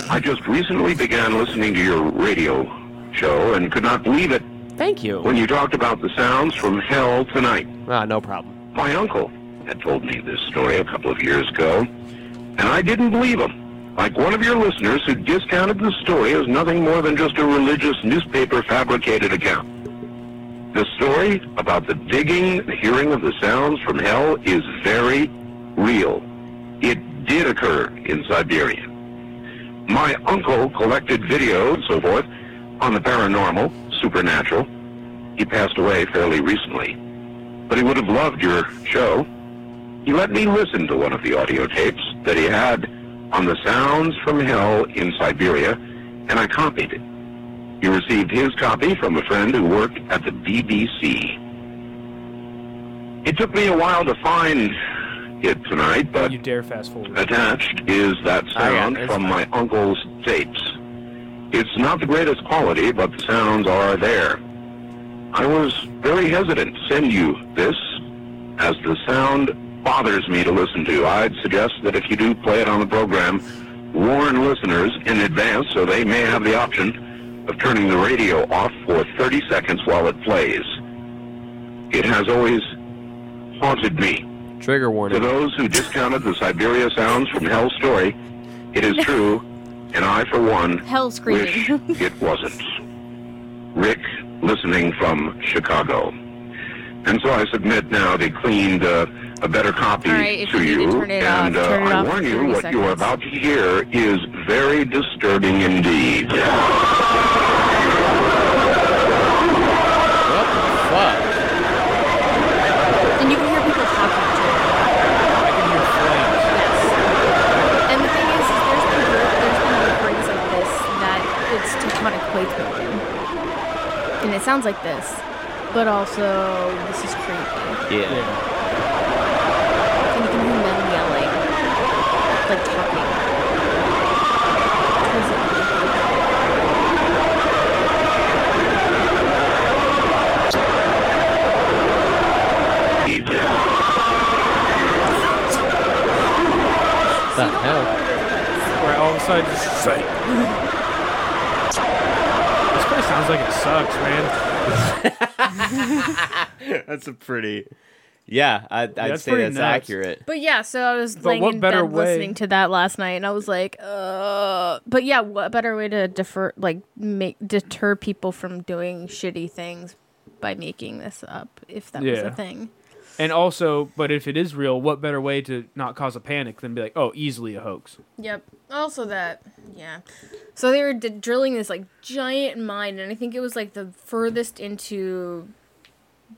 S9: I just recently began listening to your radio show and could not believe it
S5: Thank you.
S9: when you talked about the sounds from hell tonight.
S5: Ah, no problem.
S9: My uncle had told me this story a couple of years ago, and I didn't believe him. Like one of your listeners who discounted the story as nothing more than just a religious newspaper fabricated account. The story about the digging, the hearing of the sounds from hell is very real. It did occur in Siberia. My uncle collected video and so forth on the paranormal, supernatural. He passed away fairly recently but he would have loved your show. He let me listen to one of the audio tapes that he had on the sounds from hell in Siberia, and I copied it. He received his copy from a friend who worked at the BBC. It took me a while to find it tonight, but
S6: You dare fast forward.
S9: attached is that sound
S5: it's
S9: from my uncle's tapes. It's not the greatest quality, but the sounds are there. I was very hesitant to send you this, as the sound bothers me to listen to. I'd suggest that if you do play it on the program, warn listeners in advance so they may have the option of turning the radio off for 30 seconds while it plays. It has always haunted me.
S5: Trigger
S9: To
S5: warning.
S9: those who discounted the Siberia sounds from Hell story, it is true, and I, for one,
S7: Hell [laughs]
S9: wish
S7: screaming.
S9: it wasn't. Rick, listening from Chicago. And so I submit now the cleaned, uh, a better copy
S7: All right, if
S9: to
S7: you
S9: you.
S7: need to turn it
S9: and
S7: off,
S9: uh,
S7: turn it
S9: I
S7: off
S9: warn
S7: for
S9: you,
S7: 30
S9: what you are
S7: seconds.
S9: about to hear is very disturbing indeed.
S5: What the fuck?
S7: And you can hear people talking too. Yes. And the thing is, is there's been group- there's been recordings like this that it's tectonic plates moving, and it sounds like this, but also this is creepy,
S5: Yeah.
S7: and you can hear men yelling, like talking. Towards the end.
S5: The hell?
S6: Where all of a sudden, it's just like- this place sounds like it sucks, man.
S5: That's a pretty. Yeah, I, I'd
S6: that's
S5: say
S6: pretty
S5: that's
S6: nuts.
S5: accurate.
S7: But yeah, so I was laying
S6: what
S7: in
S6: better
S7: bed
S6: way-
S7: listening to that last night, and I was like, uh. But yeah, what better way to defer, like, make deter people from doing shitty things by making this up, if that was a
S6: Yeah.
S7: thing.
S6: And also, but if it is real, what better way to not cause a panic than be like, oh, easily a hoax?
S7: Yep. Also that, yeah. So they were d- drilling this like giant mine, and I think it was like the furthest into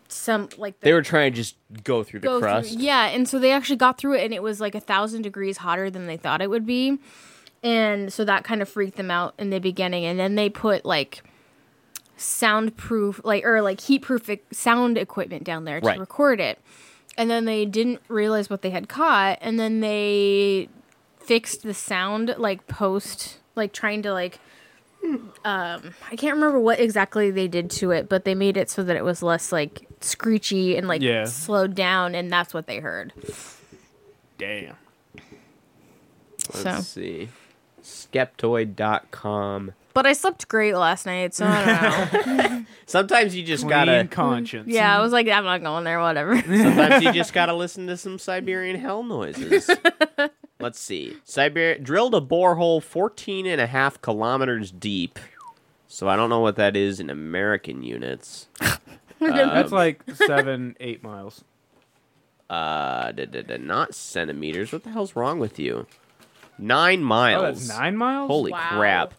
S7: some like the
S5: They were trying to just go through the
S7: go through-
S5: crust.
S7: Yeah, and so they actually got through it, and it was like a thousand degrees hotter than they thought it would be, and so that kind of freaked them out in the beginning. And then they put like soundproof, like or like heatproof e- sound equipment down there to
S5: Right.
S7: record it, and then they didn't realize what they had caught, and then they fixed the sound like post, like trying to like. Um, I can't remember what exactly they did to it, but they made it so that it was less like screechy and like
S6: Yeah.
S7: slowed down, and that's what they heard.
S6: Damn.
S7: so,
S5: Let's see. Skeptoid.com.
S7: but I slept great last night, so I don't know.
S5: Sometimes you just
S6: Clean
S5: gotta.
S6: conscience.
S7: yeah, I was like, I'm not going there. Whatever. [laughs]
S5: Sometimes
S6: [laughs]
S5: you just gotta listen to some Siberian hell noises. Let's see. Siberia drilled a borehole 14 and a half kilometers deep. So I don't know what that is in American units.
S6: Uh, That's like seven, [laughs] eight miles.
S5: Uh, da, da, da, not centimeters. What the hell's wrong with you? Nine miles.
S6: Oh, that's nine miles?
S5: Holy
S7: Wow.
S5: crap.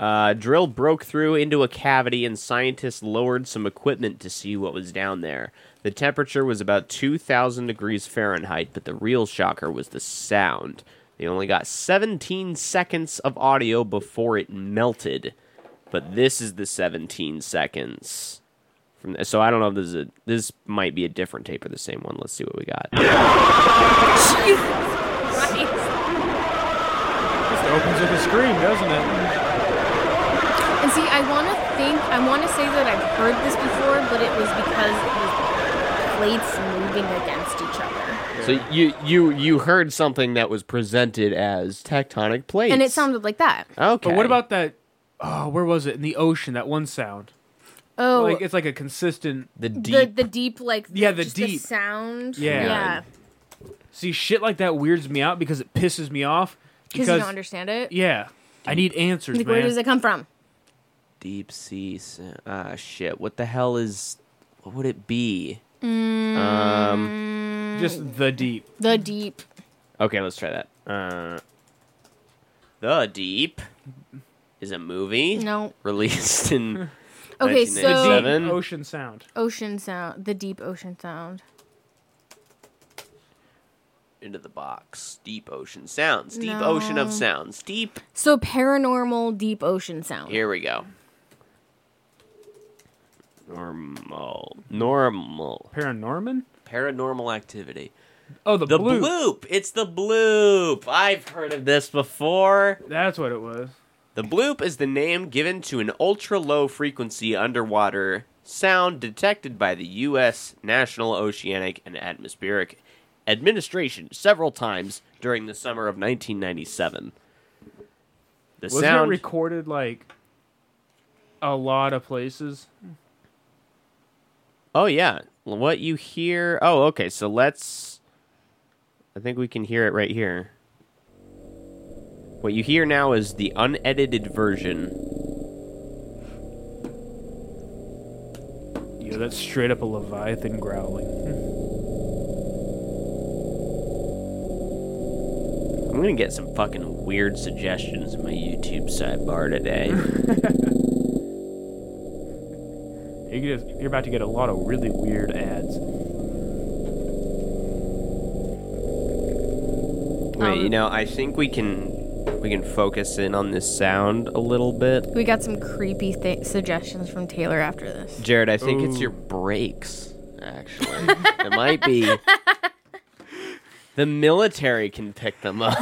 S5: Uh, drill broke through into a cavity, and scientists lowered some equipment to see what was down there. The temperature was about 2,000 degrees Fahrenheit, but the real shocker was the sound. They only got 17 seconds of audio before it melted, but this is the 17 seconds. From so I don't know if this is a, this might be a different tape or the same one. Let's see what we got.
S6: Just opens with a scream, doesn't it?
S7: and see, I want to think, I want to say that I've heard this before, but it was because it was plates moving against each other,
S5: So you you you heard something that was presented as tectonic plates,
S7: and it sounded like that.
S5: okay.
S6: But what about that oh, where was it in the ocean? That one sound.
S7: Oh,
S6: Like it's like a consistent.
S5: The deep.
S7: the the deep like
S6: Yeah, the
S7: just
S6: deep.
S7: sound.
S6: Yeah.
S7: yeah.
S6: See, shit like that weirds me out because it pisses me off.
S7: Because you don't understand it.
S6: Yeah, I need answers,
S7: Like,
S6: man.
S7: where does it come from?
S5: deep sea. sa- Ah, shit. What the hell is? What would it be? Um.
S6: Just the deep.
S7: The deep.
S5: Okay, let's try that. Uh. The deep is a movie.
S7: No.
S5: Released in.
S7: Okay, so-
S5: 1987.
S6: Deep ocean sound.
S7: Ocean sound. The deep ocean sound.
S5: into the box. Deep ocean sounds. Deep ocean of
S7: No.
S5: sounds. Deep.
S7: So paranormal deep ocean sound.
S5: Here we go. Normal. Normal.
S6: Paranorman.
S5: Paranormal activity.
S6: Oh, the,
S5: The
S6: blue.
S5: bloop. It's the bloop. I've heard of this before.
S6: That's what it was.
S5: The bloop is the name given to an ultra low frequency underwater sound detected by the U.S. National Oceanic and Atmospheric Administration several times during the summer of 1997. The
S6: Wasn't
S5: sound.
S6: it recorded like a lot of places?
S5: oh, yeah. What you hear. Oh, okay. So let's. I think we can hear it right here. What you hear now is the unedited version.
S6: Yo, that's straight up a leviathan growling.
S5: I'm gonna get some fucking weird suggestions in my YouTube sidebar
S6: [laughs]
S5: today.
S6: You could just, you're about to get a lot of really weird ads.
S5: Wait, you
S7: Um,
S5: know, I think we can we can focus in on this sound a little bit.
S7: We got some creepy th- suggestions from Taylor after
S6: [laughs]
S7: this.
S5: Jared, I think it's your brakes, actually.
S7: [laughs]
S5: it might be. The military can pick them up.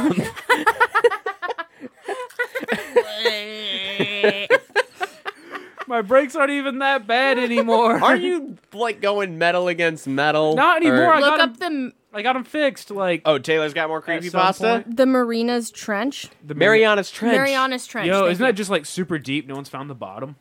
S6: My brakes aren't even that
S5: [laughs]
S6: bad anymore.
S5: [laughs] Are you like going metal against metal?
S6: Not anymore. I
S7: Look
S6: got
S7: up
S6: them.
S7: the
S6: I got them fixed. Like
S5: Oh, Taylor's got more creepy pasta.
S6: point-
S7: the Marina's Trench.
S6: the
S5: Mariana's Trench.
S7: Mariana's Trench.
S6: Yo,
S7: thank
S6: isn't
S7: you.
S6: that just like super deep? No one's found the bottom.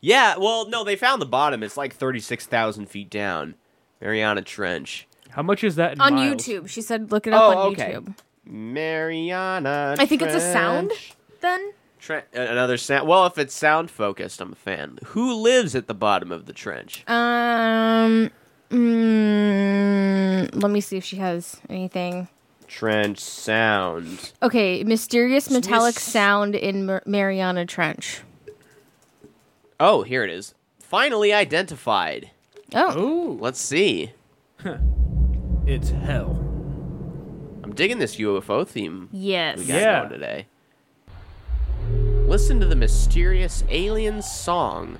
S5: Yeah, well, no, they found the bottom. It's like thirty-six thousand feet down. Mariana Trench.
S6: How much is that in
S7: on
S6: miles?
S7: YouTube? She said, "Look it up
S5: Oh,
S7: on
S5: okay.
S7: YouTube."
S5: Mariana.
S7: I think it's a sound.
S5: Trench.
S7: Then
S5: Tre- another sound. Well, if it's sound focused, I'm a fan. Who lives at the bottom of the trench?
S7: Um, mm, let me see if she has anything.
S5: Trench sound.
S7: Okay, mysterious metallic
S5: Miss-
S7: sound in Mar- Mariana Trench.
S5: Oh, here it is. Finally identified.
S7: Oh,
S6: Ooh,
S5: Let's see.
S6: it's hell.
S5: I'm digging this UFO theme
S7: yes.
S5: we got
S6: Yeah.
S5: going today. Listen to the mysterious alien song.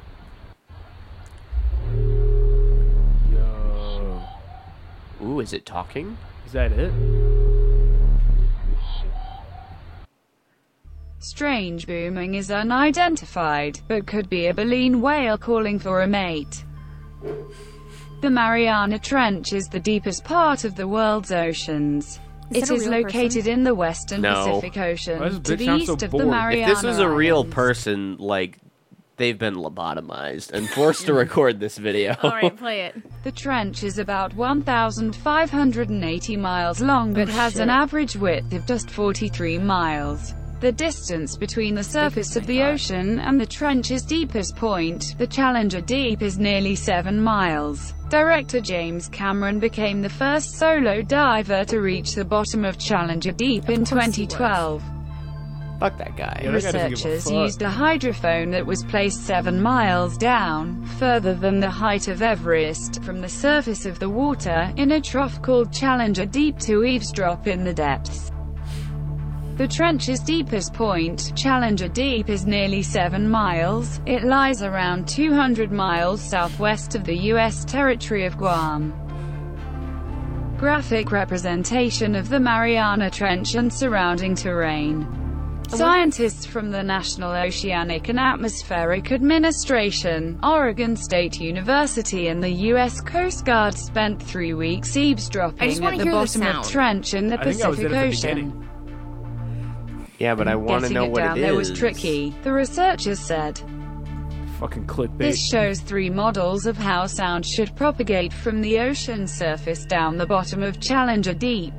S6: Yo,
S5: Ooh, is it talking?
S6: is that it?
S10: Strange booming is unidentified, but could be a baleen whale calling for a mate. The Mariana Trench is the deepest part of the world's oceans.
S7: Is
S10: It
S7: that a
S10: is
S7: real
S10: located in the western
S5: No.
S10: Pacific Ocean,
S6: Why does this
S10: to
S6: bitch
S10: the
S6: sound
S10: east
S6: so
S10: of
S6: bored?
S10: the
S6: If
S10: Mariana
S5: if this was a real
S10: Islands.
S5: person, like they've been lobotomized and forced [laughs] to record this video.
S7: All [laughs] right, play it.
S10: The trench is about 1,580 miles long
S7: Oh,
S10: but has an average width of just 43 miles. The distance between the surface of the ocean and the trench's deepest point, the Challenger Deep, is nearly 7 miles. Director James Cameron became the first solo diver to reach the bottom of Challenger Deep in
S7: course he was.
S10: 2012.
S5: Fuck that guy.
S6: Yeah, that guy doesn't give a
S10: Researchers
S6: fuck.
S10: used a hydrophone that was placed seven miles down, further than the height of Everest, from the surface of the water, in a trough called Challenger Deep to eavesdrop in the depths. The trench's deepest point, Challenger Deep, is nearly 7 miles. It lies around 200 miles southwest of the U.S. territory of Guam. Graphic representation of the Mariana Trench and surrounding terrain. Scientists from the National Oceanic and Atmospheric Administration, Oregon State University and the U.S. Coast Guard spent three weeks
S7: I just
S10: eavesdropping
S7: wanna
S10: at the
S7: hear the
S10: bottom
S7: sound.
S10: of trench in the
S6: I think I was
S10: Pacific
S6: in at the
S10: Ocean.
S6: beginning.
S5: Yeah, but I want to
S10: Getting
S5: know
S10: it
S5: what
S10: down
S5: it is.
S10: there was tricky, the researchers said.
S6: Fucking clickbait.
S10: This shows three models of how sound should propagate from the ocean surface down the bottom of Challenger Deep.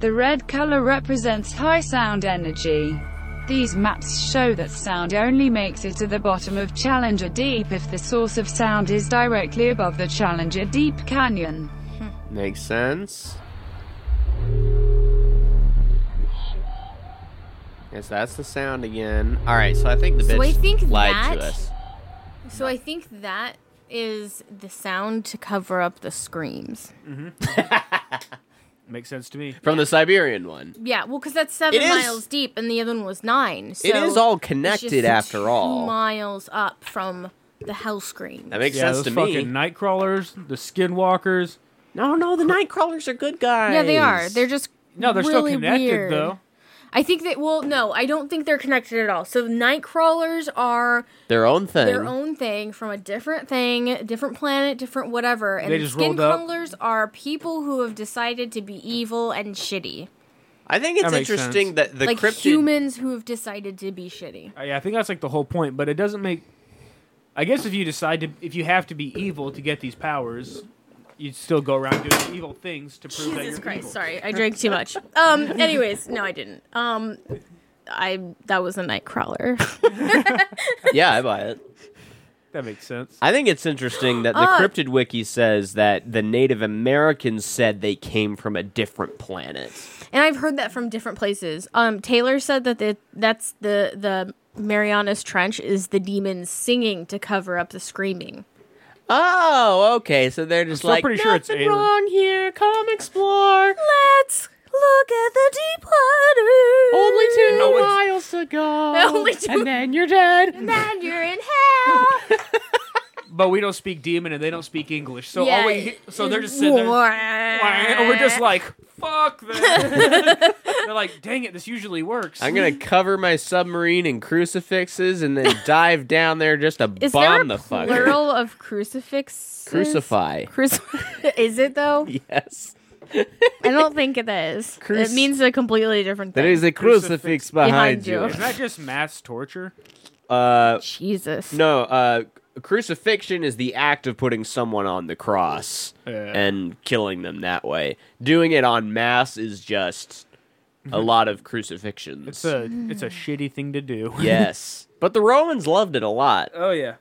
S10: The red color represents high sound energy. These maps show that sound only makes it to the bottom of Challenger Deep if the source of sound is directly above the Challenger Deep Canyon.
S5: Makes sense. Yes, that's the sound again. All right, so I think the bitch
S7: So I think
S5: lied to
S7: that-
S5: us.
S7: So I think that is the sound to cover up the screams.
S6: Makes sense to me.
S5: From the Siberian one.
S7: Yeah, well, because that's seven
S5: It is-
S7: miles deep, and the other one was nine. So
S5: is all
S7: it's
S5: connected
S7: just
S5: after
S7: two
S5: all.
S7: miles up from the hell scream.
S5: That makes
S6: Yeah,
S5: sense
S6: those
S5: to me.
S6: fucking night crawlers, the skinwalkers.
S5: [laughs] no, no, the night crawlers are good guys.
S7: Yeah, they are. They're just
S6: No, they're
S7: really
S6: still connected
S7: weird.
S6: though.
S7: I think that. Well, no, I don't think they're connected at all. So the night crawlers are
S5: their own thing.
S7: their own thing from a different thing, different planet, different whatever. And
S6: They
S7: the
S6: just
S7: skin
S6: rolled up.
S7: crawlers are people who have decided to be evil and shitty,
S5: I think it's
S6: That makes
S5: interesting
S6: sense.
S5: that the
S7: like
S5: cryptid.
S7: humans who have decided to be shitty.
S6: I, I think that's like the whole point, but it doesn't make. I guess if you decide to, if you have to be evil to get these powers, you'd still go around doing evil things to prove that
S7: Jesus
S6: you're
S7: Christ!
S6: evil.
S7: Sorry, I drank too much. Um. Anyways, no, I didn't. Um. I that was a night crawler.
S5: yeah, I buy it.
S6: That makes sense.
S5: I think it's interesting [gasps] that the cryptid wiki says that the Native Americans said they came from a different planet.
S7: and I've heard that from different places. Um, Taylor said that the, that's the the Marianas Trench is the demons singing to cover up the screaming.
S5: Oh, okay. So they're just
S6: still
S5: like
S6: pretty sure it's
S5: nothing
S6: alien."
S5: wrong here. Come explore.
S7: Let's look at the deep water.
S5: Only two
S6: No one's-
S5: miles to go.
S7: [laughs] Only two-
S5: And then you're dead.
S7: Then you're in hell.
S6: But we don't speak demon and they don't speak English, [laughs] so all we, he- so they're just sitting there.
S7: there.
S6: and we're just like,
S7: [laughs]
S6: fuck that. They're like, dang it, this usually works.
S5: I'm gonna cover my submarine in crucifixes and [laughs] then dive down there just to
S7: is there a
S5: bomb the fucker.
S7: plural of crucifix?
S5: Crucify.
S7: Cruci- [laughs] is it though?
S5: [laughs] Yes.
S7: I don't think it is.
S5: Cruci-
S7: it means a completely different thing.
S5: There is a crucifix behind,
S7: Behind you.
S6: Isn't that just mass torture?
S5: you. Uh,
S7: Jesus.
S5: no, uh, crucifixion is the act of putting someone on the cross and killing them that way. Doing it on mass is just
S6: [laughs]
S5: a lot of crucifixions.
S6: It's a it's a shitty thing to do.
S5: yes.
S6: [laughs]
S5: But the Romans loved it a lot.
S6: Oh yeah.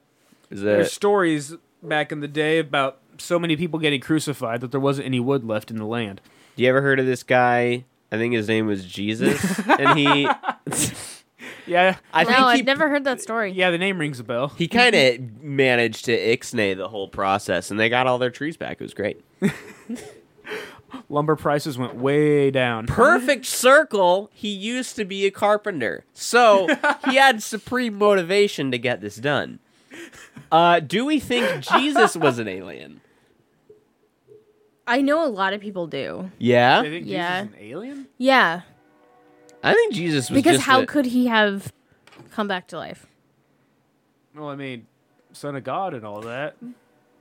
S5: Is
S6: There's
S5: it-
S6: stories back in the day about so many people getting crucified that there wasn't any wood left in the land.
S5: You ever heard of this guy? I think his name was
S6: [laughs]
S5: Jesus, and he.
S6: Yeah.
S5: I
S7: No,
S5: think
S7: I've
S5: he,
S7: never heard that story.
S6: Yeah, the name rings a bell.
S7: [laughs]
S5: He kind of managed to ixnay the whole process, and they got all their trees back. It was great.
S6: Lumber prices went way down.
S5: Perfect circle. He used to be a carpenter, so he had supreme motivation to get this done. Uh, do we think Jesus was an alien?
S7: I know a lot of people do.
S6: They
S5: Yeah,
S6: think
S7: Yeah.
S6: Jesus is an alien?
S7: Yeah,
S5: I think Jesus was
S7: because
S5: just
S7: how
S5: a-
S7: could he have come back to life?
S6: Well, I mean, son of God and all that.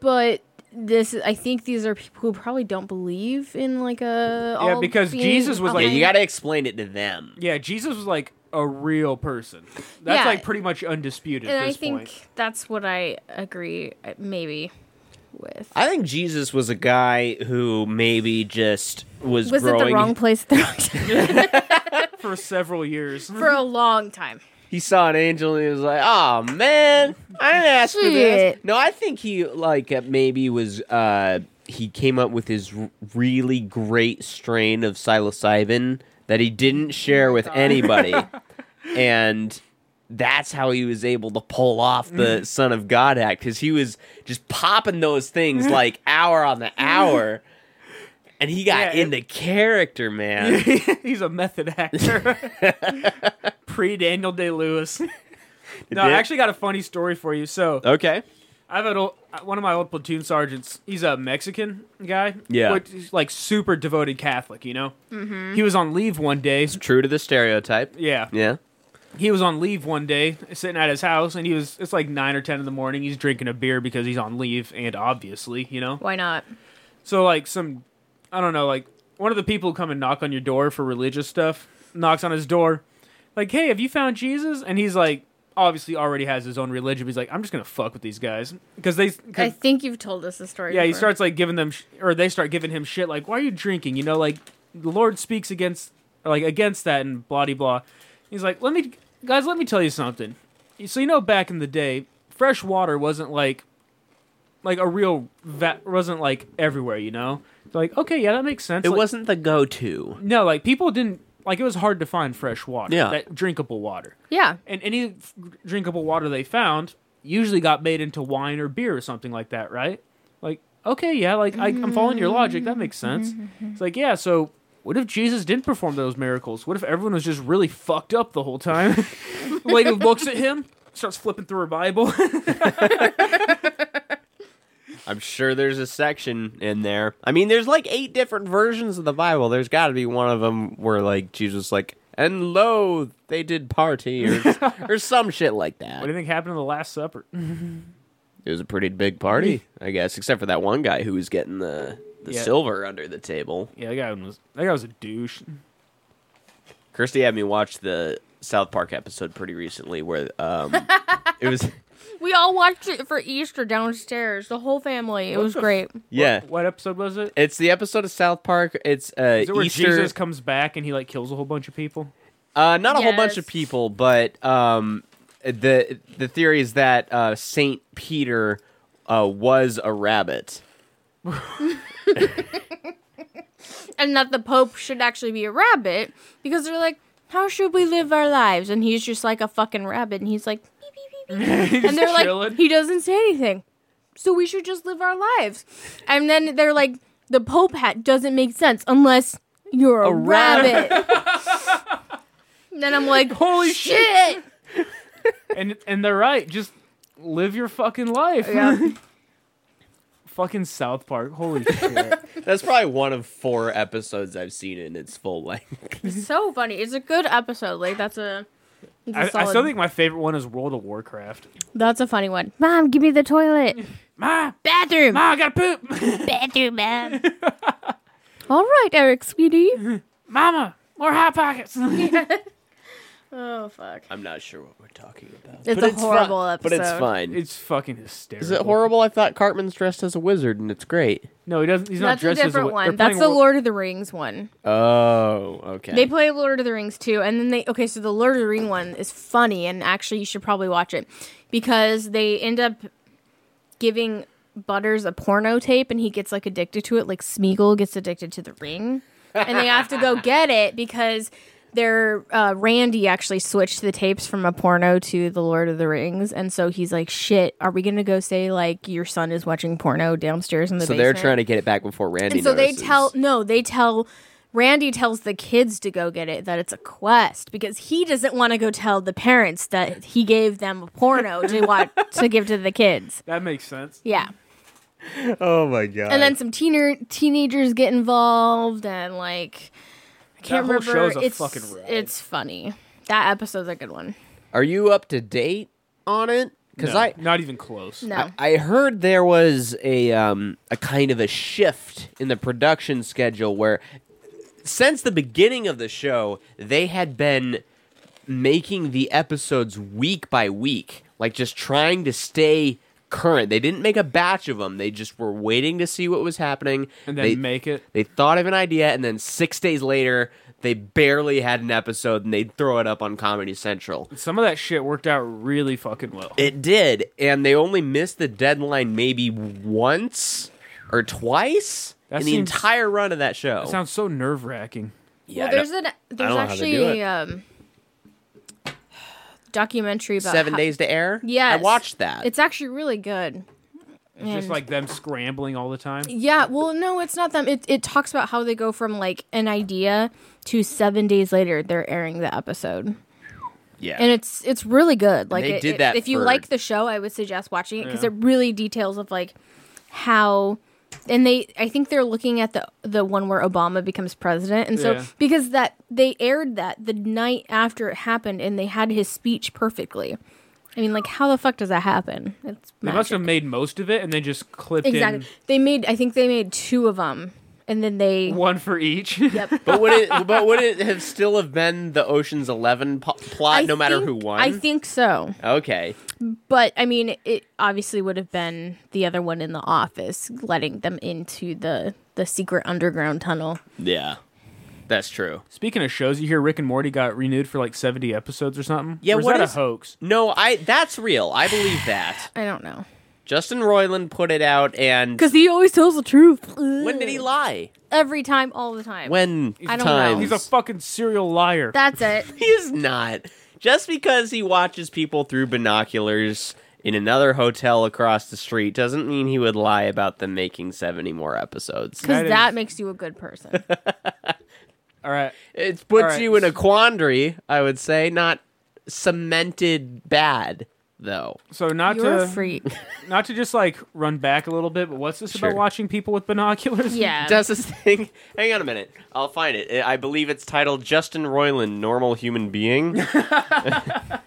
S7: But this, I think, these are people who probably don't believe in like a.
S6: Yeah,
S7: all
S6: because
S7: being
S6: Jesus was, like-
S5: yeah.
S7: behind-
S5: You got to explain it to them.
S6: Yeah, Jesus was like a real person. That's
S7: Yeah.
S6: like pretty much undisputed
S7: and
S6: at
S7: I
S6: this
S7: think
S6: point.
S7: that's what I agree, uh, maybe, with.
S5: I think Jesus was a guy who maybe just was,
S7: was
S5: growing.
S7: it the wrong place [laughs] at the wrong time?
S6: For
S7: [laughs]
S6: several years.
S7: for a long time?
S5: he saw an angel and he was like, "Oh man, I didn't ask for this."
S7: Shit.
S5: No, I think he like uh, maybe was uh he came up with his r- really great strain of psilocybin that he
S6: Oh
S5: didn't share with
S6: [laughs]
S5: anybody, and that's how he was able to pull off
S6: Mm.
S5: the Son of God act because he was just popping those
S6: Mm.
S5: things like hour on the hour. And he got
S6: Yeah, it-
S5: into character, man.
S6: [laughs] He's a method actor. Pre Daniel Day Lewis. No, I
S5: did?
S6: actually got a funny story for you. So
S5: okay.
S6: I've had old, one of my old platoon sergeants. He's a Mexican guy.
S5: Yeah.
S6: Which is, like super devoted Catholic. You know. Mm-hmm. He was on leave one day.
S5: True to the stereotype.
S6: Yeah.
S5: Yeah.
S6: He was on leave one day, sitting at his house, and he was. It's like nine or ten in the morning. He's drinking a beer because he's on leave, and obviously, you know.
S7: Why not?
S6: So like some, I don't know, like one of the people who come and knock on your door for religious stuff knocks on his door. like, hey, have you found Jesus? And he's like, obviously already has his own religion. But he's like, I'm just gonna fuck with these guys because they.
S7: I think you've told us the story.
S6: yeah, he
S7: before.
S6: starts like giving them, sh- or they start giving him shit. Like, why are you drinking? You know, like the Lord speaks against, or, like against that, and blah de blah. He's like, let me, guys, let me tell you something. So you know, back in the day, fresh water wasn't like, like a real va- wasn't like everywhere. You know, like okay, yeah, that makes sense.
S5: It
S6: Like,
S5: wasn't the go-to.
S6: no, like people didn't like it was hard to find fresh water.
S5: Yeah.
S6: that drinkable water
S7: Yeah.
S6: and any f- drinkable water they found usually got made into wine or beer or something like that, right? Like, okay, yeah, like I, I'm following your logic. That makes sense. It's like, yeah, so what if Jesus didn't perform those miracles? What if everyone was just really fucked up the whole time? the lady looks at him, starts flipping through her Bible. [laughs]
S5: I'm sure there's a section in there. I mean, there's like eight different versions of the Bible. There's got to be one of them where like Jesus like, and lo, they did party
S6: [laughs]
S5: or, or some shit like
S6: what do
S5: that.
S6: you think happened in the Last Supper? [clears throat]
S5: It was a pretty big party, I guess, except for that one guy who was getting the the
S6: Yeah.
S5: silver under the table.
S6: Yeah, that guy was that guy was a douche.
S5: Kirsty had me watch the South Park episode pretty recently where
S6: [laughs]
S5: um it was
S7: We all watched it for Easter downstairs. The whole family. It was great.
S5: yeah.
S6: What, what episode was it?
S5: It's the episode of South Park. It's uh
S6: Is it where
S5: Easter
S6: Jesus comes back and he like kills a whole bunch of people?
S5: Uh, not a whole bunch
S7: Yes.
S5: of people, but um, the the theory is that uh, Saint Peter uh, was a rabbit.
S7: And that the Pope should actually be a rabbit because they're like, how should we live our lives? And he's just like a fucking rabbit. And he's like, beep, beep, beep, beep.
S6: [laughs]
S7: and they're like,
S6: chilling.
S7: he doesn't say anything. So we should just live our lives. And then they're like, the Pope hat doesn't make sense unless you're a, rabbit.
S6: [laughs]
S7: And then I'm like, holy shit.
S6: and and they're right. Just live your fucking life. [laughs] fucking South Park. [laughs] Holy shit.
S5: That's probably one of four episodes I've seen in its full length.
S7: so funny. It's a good episode. Like, that's a. it's a
S6: I, I
S7: solid-
S6: still think my favorite one is World of Warcraft.
S7: That's a funny one. Mom, give me the toilet.
S6: Ma,
S7: Bathroom.
S6: ma, I gotta poop. [laughs]
S7: Bathroom, mom. All right, Eric, sweetie.
S6: Mama, more hot pockets. [laughs]
S7: Oh, fuck.
S5: I'm not sure what we're talking about.
S7: It's
S5: But
S7: a
S5: fun-
S7: horrible
S5: But it's
S7: episode.
S5: fine.
S6: it's fucking hysterical.
S5: is it horrible? I thought Cartman's dressed as a wizard and it's great.
S6: No, he doesn't. He's
S7: That's
S6: not
S7: a
S6: dressed as a
S7: different
S6: wi-
S7: one.
S6: they're
S7: That's
S6: playing
S7: the
S6: Wor-
S7: Lord of the Rings one.
S5: Oh, okay.
S7: They play Lord of the Rings too, and then they okay. So the Lord of the Ring one is funny, and actually you should probably watch it because they end up giving Butters a porno tape, and he gets like addicted to it. Like Smeagol gets addicted to the ring, and they have to go get it because their uh, Randy actually switched the tapes from a porno to the Lord of the Rings, and so he's like, "Shit, are we gonna go say like your son is watching porno downstairs in the
S5: so
S7: basement?"
S5: they're trying to get it back before Randy.
S7: and so
S5: notices.
S7: they tell no they tell randy tells the kids to go get it that it's a quest because he doesn't want to go tell the parents that he gave them a porno to
S5: [laughs]
S7: watch to give to the kids
S6: That makes sense.
S7: yeah
S5: Oh my god.
S7: and then some teener, teenagers get involved and like i can't
S6: whole
S7: remember
S6: show's a
S7: it's
S6: fucking ride.
S7: it's funny that episode's a good one
S5: Are you up to date on it? Because
S6: No,
S5: I
S6: not even close.
S7: no
S5: I, I heard there was a um, a kind of a shift in the production schedule where since the beginning of the show they had been making the episodes week by week, like just trying to stay current. They didn't make a batch of them. They just were waiting to see what was happening.
S6: And then
S5: they
S6: make it.
S5: They thought of an idea and then 6 days later they barely had an episode and they'd throw it up on Comedy Central.
S6: Some of that shit worked out really fucking well.
S5: It did, and they only missed the deadline maybe once or twice
S6: That
S5: in the
S6: seems-
S5: entire run of that show.
S6: That sounds so nerve wracking.
S5: yeah,
S7: well, there's an there's
S5: know how to
S7: actually
S5: do
S7: a um, documentary about
S5: seven
S7: how-
S5: days to air.
S7: Yes.
S5: I watched that.
S7: it's actually really good
S6: It's just
S7: And-
S6: like them scrambling all the time.
S7: Yeah, well, no, it's not them. It, it talks about how they go from like an idea to seven days later they're airing the episode,
S5: yeah,
S7: and it's it's really good. Like
S5: they
S7: it-
S5: did
S7: it-
S5: that
S7: If you
S5: for-
S7: like the show, I would suggest watching it because it really details of like how, and they I think they're looking at the the one where Obama becomes president, and so
S6: Yeah.
S7: because that they aired that the night after it happened, and they had his speech perfectly. I mean, like, how the fuck does that happen? It's
S6: They
S7: magic.
S6: must have made most of it and then just clipped
S7: Exactly.
S6: in.
S7: They made. I think they made two of them, and then they
S6: one for each.
S7: Yep.
S5: [laughs] But would
S7: [laughs]
S5: it? But would it have still have been the Ocean's Eleven po- plot,
S7: I
S5: no matter who
S7: think-
S5: won?
S7: I think so.
S5: Okay.
S7: But I mean, it obviously would have been the other one in the office letting them into the the secret underground tunnel.
S5: Yeah, that's true.
S6: Speaking of shows, you hear Rick and Morty got renewed for like seventy episodes or something.
S5: Yeah,
S6: or is
S5: what
S6: that
S5: is-
S6: a hoax?
S5: No, I. That's real. I believe that.
S7: I don't know
S5: Justin Roiland put it out, and
S7: because he always tells the truth.
S5: when did he lie?
S7: Every time, all the time.
S5: When
S7: I don't know.
S5: times?
S6: He's a fucking serial liar.
S7: That's it.
S5: [laughs] He is not. Just because he watches people through binoculars in another hotel across the street doesn't mean he would lie about them making 70 more
S6: [laughs]
S5: episodes.
S7: Because
S6: That
S7: that,
S6: is-
S7: makes you a good person.
S6: All right.
S5: It puts
S6: Alright.
S5: you in a quandary, I would say, not cemented bad, though.
S6: So not
S7: You're a
S6: to
S7: freak.
S6: not to just like run back a little bit, but what's this
S5: Sure.
S6: about watching people with binoculars?
S7: Yeah.
S5: Does this thing. [laughs] Hang on a minute. I'll find it. I believe it's titled Justin Roiland, Normal Human
S6: [laughs]
S5: Being. [laughs] Roiland.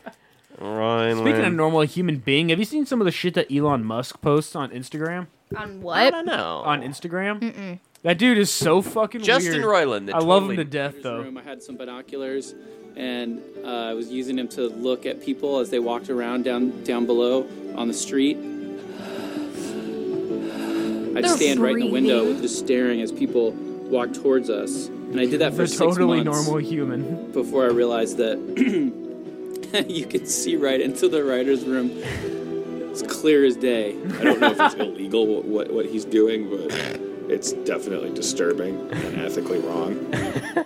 S6: Speaking of normal human being, have you seen some of the shit that Elon Musk posts on Instagram?
S7: On
S5: I
S7: what?
S5: don't know.
S6: On Instagram, that dude is so fucking
S5: Justin
S6: weird.
S5: Roiland. the
S6: I love
S5: totally
S6: him to death, though.
S11: room. I had some binoculars, and uh, I was using them to look at people as they walked around down down below on the street. I'd
S7: They're
S11: stand right in the window,
S7: breathing.
S11: just staring as people walked towards us, and I did that for
S6: They're
S11: six
S6: totally
S11: months
S6: normal human.
S11: before I realized that you could see right into the writer's room. It's clear as day.
S12: I don't know if
S6: [laughs]
S12: it's illegal what, what what he's doing, but it's definitely disturbing and ethically wrong.
S6: [laughs]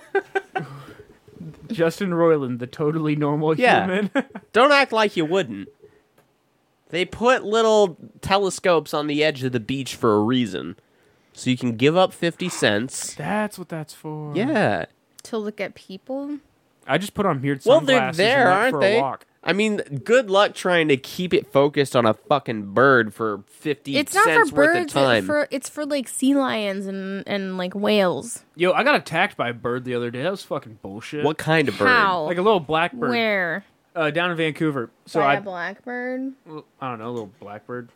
S6: Justin Roiland, the totally normal
S5: Yeah.
S6: human. [laughs]
S5: Don't act like you wouldn't. They put little telescopes on the edge of the beach for a reason. So you can give up 50 cents.
S6: That's what that's for.
S5: Yeah.
S7: To look at people?
S6: I just put on weird
S5: Well, they're
S6: sunglasses
S5: there,
S6: and went
S5: aren't
S6: for
S5: they?
S6: a walk.
S5: I mean, good luck trying to keep it focused on a fucking bird for 50
S7: It's not
S5: cents
S7: for
S5: worth
S7: birds.
S5: of time.
S7: It's for it's for like sea lions and and like whales.
S6: Yo, I got attacked by a bird the other day. That was fucking bullshit.
S5: what kind of bird?
S7: How?
S6: Like a little black bird
S7: Where?
S6: uh, down in Vancouver. So
S7: By
S6: I,
S7: a blackbird?
S6: I don't know, a little blackbird.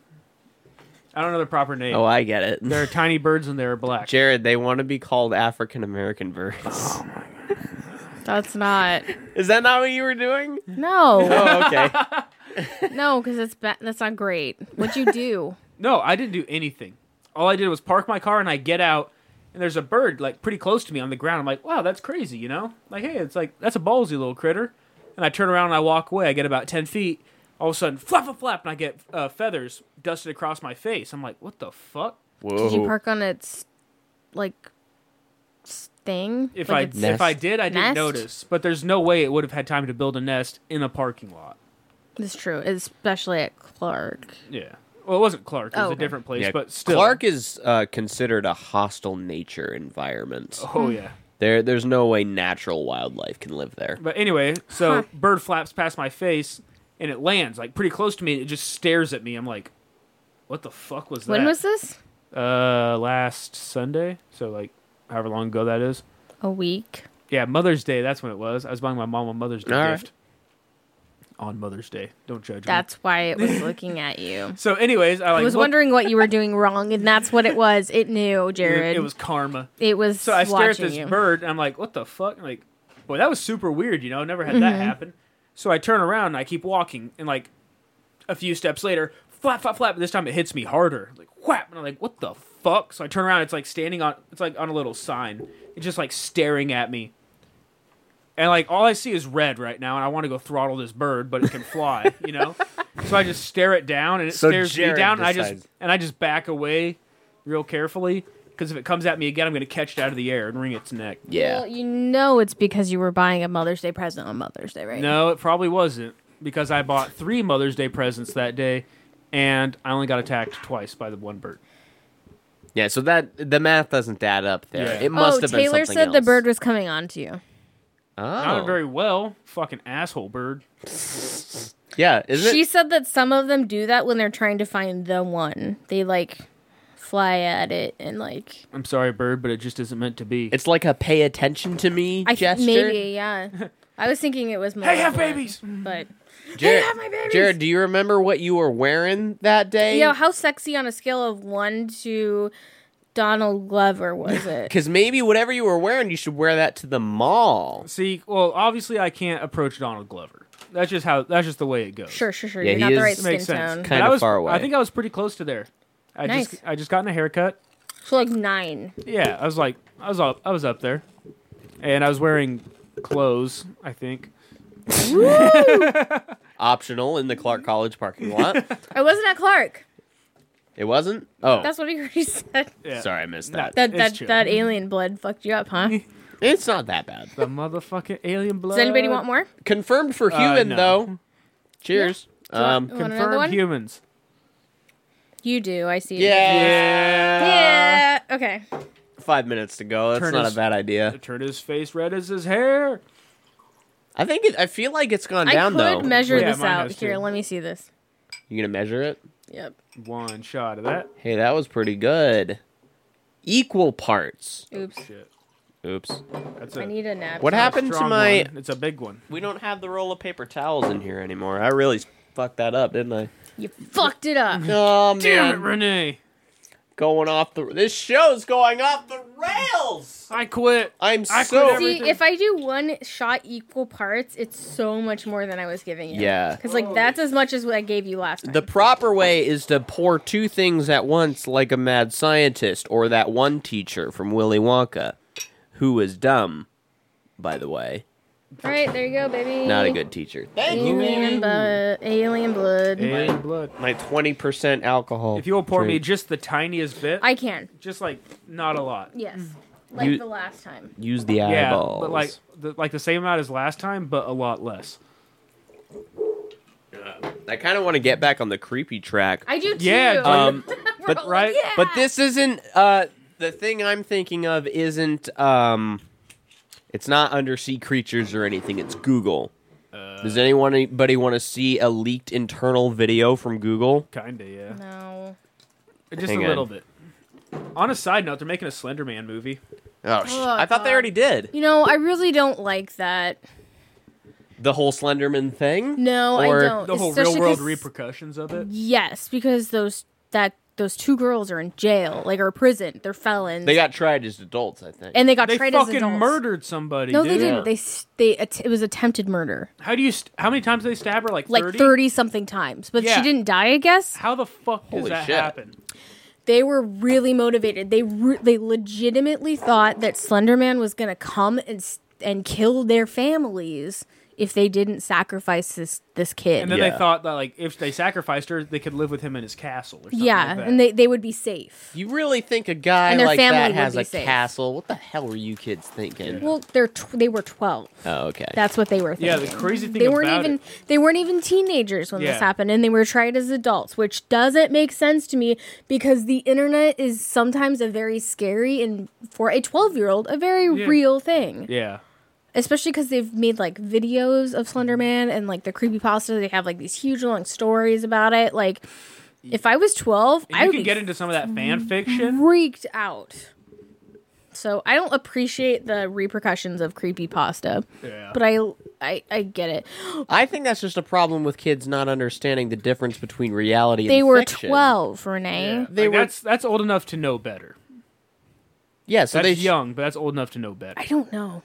S6: I don't know their proper name.
S5: Oh, I get it. [laughs]
S6: They're tiny birds and they're black.
S5: Jared, they want to be called African American birds.
S7: That's not.
S5: [laughs] Is that not what you were doing?
S7: No,
S5: Oh,
S6: [laughs]
S5: okay.
S7: no, because it's ba- that's not great. What'd you do?
S6: No, I didn't do anything. All I did was park my car and I get out and there's a bird like pretty close to me on the ground. I'm like, wow, that's crazy, you know? Like, hey, it's like that's a ballsy little critter. And I turn around and I walk away. I get about ten feet. All of a sudden, flap a flap, and I get uh, feathers dusted across my face. I'm like, what the fuck?
S5: Whoa.
S7: Did you park on its like s- thing?
S6: If
S7: Like
S6: I
S7: its-
S6: if I did, I didn't
S7: Nest?
S6: notice. But there's no way it would have had time to build a nest in a parking lot.
S7: it's true, especially at Clark.
S6: Yeah. Well, it wasn't Clark. It was
S7: Oh,
S6: a
S7: okay.
S6: different place,
S5: Yeah,
S6: but still.
S5: Clark is uh, considered a hostile nature environment.
S7: Hmm.
S6: Oh yeah.
S5: There, there's no way natural wildlife can live there.
S6: But anyway, so
S7: Huh.
S6: bird flaps past my face and it lands like pretty close to me. And it just stares at me. I'm like, what the fuck was that?
S7: When was this?
S6: Uh, last Sunday. So like, however long ago that is.
S7: A week.
S6: Yeah, Mother's Day. That's when it was. I was buying my mom a Mother's Day
S5: All right.
S6: gift. On Mother's Day. Don't judge me.
S7: That's why it
S6: [laughs]
S7: was looking at you.
S6: So, anyways, I like
S7: I was
S6: looked-
S7: wondering what you were doing wrong, and that's what it was. It knew, Jared.
S6: It, it was karma.
S7: It was
S6: So I stare at
S7: watching
S6: this
S7: you.
S6: bird and I'm like, what the fuck? And, like, boy, that was super weird, you know, never had
S7: Mm-hmm.
S6: that happen. So I turn around and I keep walking and like a few steps later, flap, flap, flap, and this time it hits me harder. Like whap and I'm like, what the fuck? So I turn around, it's like standing on it's like on a little sign. It's just like staring at me. And like all I see is red right now, and I want to go throttle this bird, but it can fly, [laughs] you know? So I just stare it down and it
S5: So
S6: stares
S5: Jared
S6: me down and I
S5: decides-
S6: just and I just back away real carefully because if it comes at me again, I'm going to catch it out of the air and wring its neck.
S5: Yeah.
S7: Well, you know it's because you were buying a Mother's Day present on Mother's Day, right?
S6: No, it probably wasn't because I bought three Mother's Day presents that day, and I only got attacked twice by the one bird.
S5: Yeah, so that the math doesn't add up there.
S6: Yeah.
S5: It must
S7: oh,
S5: have been
S7: Taylor
S5: something
S7: said the
S5: else.
S7: bird was coming on to you.
S5: Oh.
S6: Not very well, fucking asshole bird.
S5: Yeah, is
S7: she
S5: it?
S7: said that some of them do that when they're trying to find the one. They like fly at it and like
S6: I'm sorry, bird, but it just isn't meant to be.
S5: It's like a pay attention to me
S7: I
S5: gesture.
S7: maybe yeah. I was thinking it was more.
S6: Hey, have
S7: than that,
S6: babies!
S7: but
S5: Jared,
S7: have my babies!
S5: Jared, do you remember what you were wearing that day?
S7: yo, how sexy on a scale of one to Donald Glover was
S6: [laughs]
S7: it?
S5: Because maybe whatever you were wearing, you should wear that to the mall.
S6: See, well, obviously I can't approach Donald Glover. That's just how. That's just the way it goes.
S7: Sure, sure, sure. Yeah, You're not the right skin
S6: Makes sense.
S7: tone.
S6: But
S5: Kinda
S6: I was,
S5: far away.
S6: I think I was pretty close to there. I
S7: Nice.
S6: just I just gotten a haircut.
S7: So like nine.
S6: Yeah, I was like I was up I was up there, and I was wearing clothes. I think.
S5: Optional in the Clark College
S6: [laughs]
S5: parking lot.
S7: I wasn't at Clark.
S5: it wasn't. Oh,
S7: That's what he [laughs] already said.
S5: sorry, I missed that.
S7: That that that alien blood fucked you up, huh?
S5: It's not that bad.
S6: The motherfucking alien blood.
S7: Does anybody want more?
S5: Confirmed for
S6: Uh,
S5: human
S6: no.
S5: though. Cheers.
S7: Do you want-
S5: Um,
S7: you want another one?
S6: Confirmed humans.
S7: You do. I see. it.
S5: Yeah.
S7: Yeah. Okay.
S5: Five minutes to go. That's
S6: Turn
S5: not
S6: his-
S5: a bad idea.
S6: Turn his face red as his hair.
S5: I think it, I feel like it's gone
S7: I
S5: down
S7: could
S5: though.
S7: measure
S6: Yeah,
S7: this
S6: mine
S7: out.
S6: has
S7: Here,
S6: too.
S7: let me see this.
S5: you gonna measure it?
S7: Yep.
S6: One shot of that.
S5: Hey, that was pretty good. Equal parts.
S7: Oops.
S5: Oops.
S6: That's
S7: I
S6: it.
S7: need a nap.
S5: What happened to
S6: Strong
S5: my?
S6: one. It's a big one.
S5: We don't have the roll of paper towels in here anymore. I really fucked that up, didn't I?
S7: You fucked it
S6: [laughs]
S7: up.
S5: Oh man,
S6: Damn it, Renee!
S5: going off the. This show's going off the rails.
S6: I quit.
S5: I'm
S6: I
S5: so.
S6: quit
S7: See, if I do one shot equal parts, it's so much more than I was giving you.
S5: Yeah.
S7: Because like that's as much as what I gave you last time.
S5: The proper way is to pour two things at once like a mad scientist or that one teacher from Willy Wonka who was dumb, by the way.
S7: All right, there you go, baby.
S5: Not a good teacher.
S7: Alien, bu- alien blood.
S6: Alien blood.
S5: My 20% alcohol.
S6: If you will pour me
S5: drink.
S6: just the tiniest bit,
S7: I can.
S6: just like not a lot.
S7: Yes. Like
S5: You-
S7: the last time.
S5: Use the
S6: Yeah,
S5: eyeballs.
S6: but like the, like the same amount as last time, but a lot less.
S5: I kind of want to get back on the creepy track.
S7: I do too.
S6: Yeah, dude.
S7: [laughs]
S5: Um,
S7: We're
S5: but-
S7: all
S6: right-
S7: like, yeah.
S5: But this isn't uh the thing I'm thinking of isn't um it's not undersea creatures or anything, it's Google. Does anyone anybody want to see a leaked internal video from Google?
S6: Kinda, yeah.
S7: No.
S6: Just
S5: Hang
S6: a
S5: on.
S6: little bit. On a side note, they're making a Slender Man movie.
S5: Oh, sh-
S7: Oh,
S5: I thought they
S7: God.
S5: already did
S7: You know, I really don't like that.
S5: the whole Slenderman thing.
S7: No, I
S5: Or-
S7: don't.
S6: The whole
S7: Especially
S6: real world
S7: 'cause-
S6: repercussions of it.
S7: Yes, because those that those two girls are in jail, like or prison. They're felons.
S5: They got tried as adults, I think.
S7: and they got
S6: They
S7: tried as
S6: fucking
S7: adults.
S6: murdered somebody.
S7: No,
S6: dude.
S7: they didn't. They s- they att- it was attempted murder,
S6: How do you? St- how many times did they stab her? Like
S7: like
S6: thirty.
S7: thirty something times, but she
S6: Yeah.
S7: didn't die. I guess
S6: How the fuck does
S5: Holy
S6: that
S5: shit.
S6: happen?
S7: they were really motivated. They re- they legitimately thought that Slenderman was gonna come and s- and kill their families if they didn't sacrifice this this kid.
S6: And then
S5: Yeah.
S6: they thought that like if they sacrificed her, they could live with him in his castle. Or something
S7: yeah,
S6: like that.
S7: and they they would be safe.
S5: you really think a guy
S7: And their
S5: like
S7: family
S5: that
S7: would
S5: has
S7: be
S5: a
S7: safe.
S5: castle? What the hell were you kids thinking?
S7: Well, they're tw- they were twelve.
S5: Oh, okay.
S7: That's what they were thinking.
S6: Yeah, the crazy thing
S7: they weren't
S6: about
S7: even
S6: it-
S7: they weren't even teenagers when this
S6: Yeah.
S7: happened and they were tried as adults, which doesn't make sense to me because the internet is sometimes a very scary and for a 12-year-old a very
S6: Yeah.
S7: real thing.
S6: yeah.
S7: Especially cuz they've made like videos of Slenderman and like the creepypasta they have like these huge long stories about it like if I was 12,
S6: And
S7: I
S6: you
S7: would
S6: can
S7: be
S6: get into some of that fan fiction.
S7: freaked out. So I don't appreciate the repercussions of creepypasta.
S6: Yeah.
S7: But I I I get it.
S5: I think that's just a problem with kids not understanding the difference between reality.
S7: They
S5: and
S7: were
S5: fiction.
S7: 12, Renee.
S5: They
S6: Like,
S5: were-
S6: that's that's old enough to know better.
S5: Yeah, so
S6: That's
S5: they
S6: young, but that's old enough to know better.
S7: I don't know.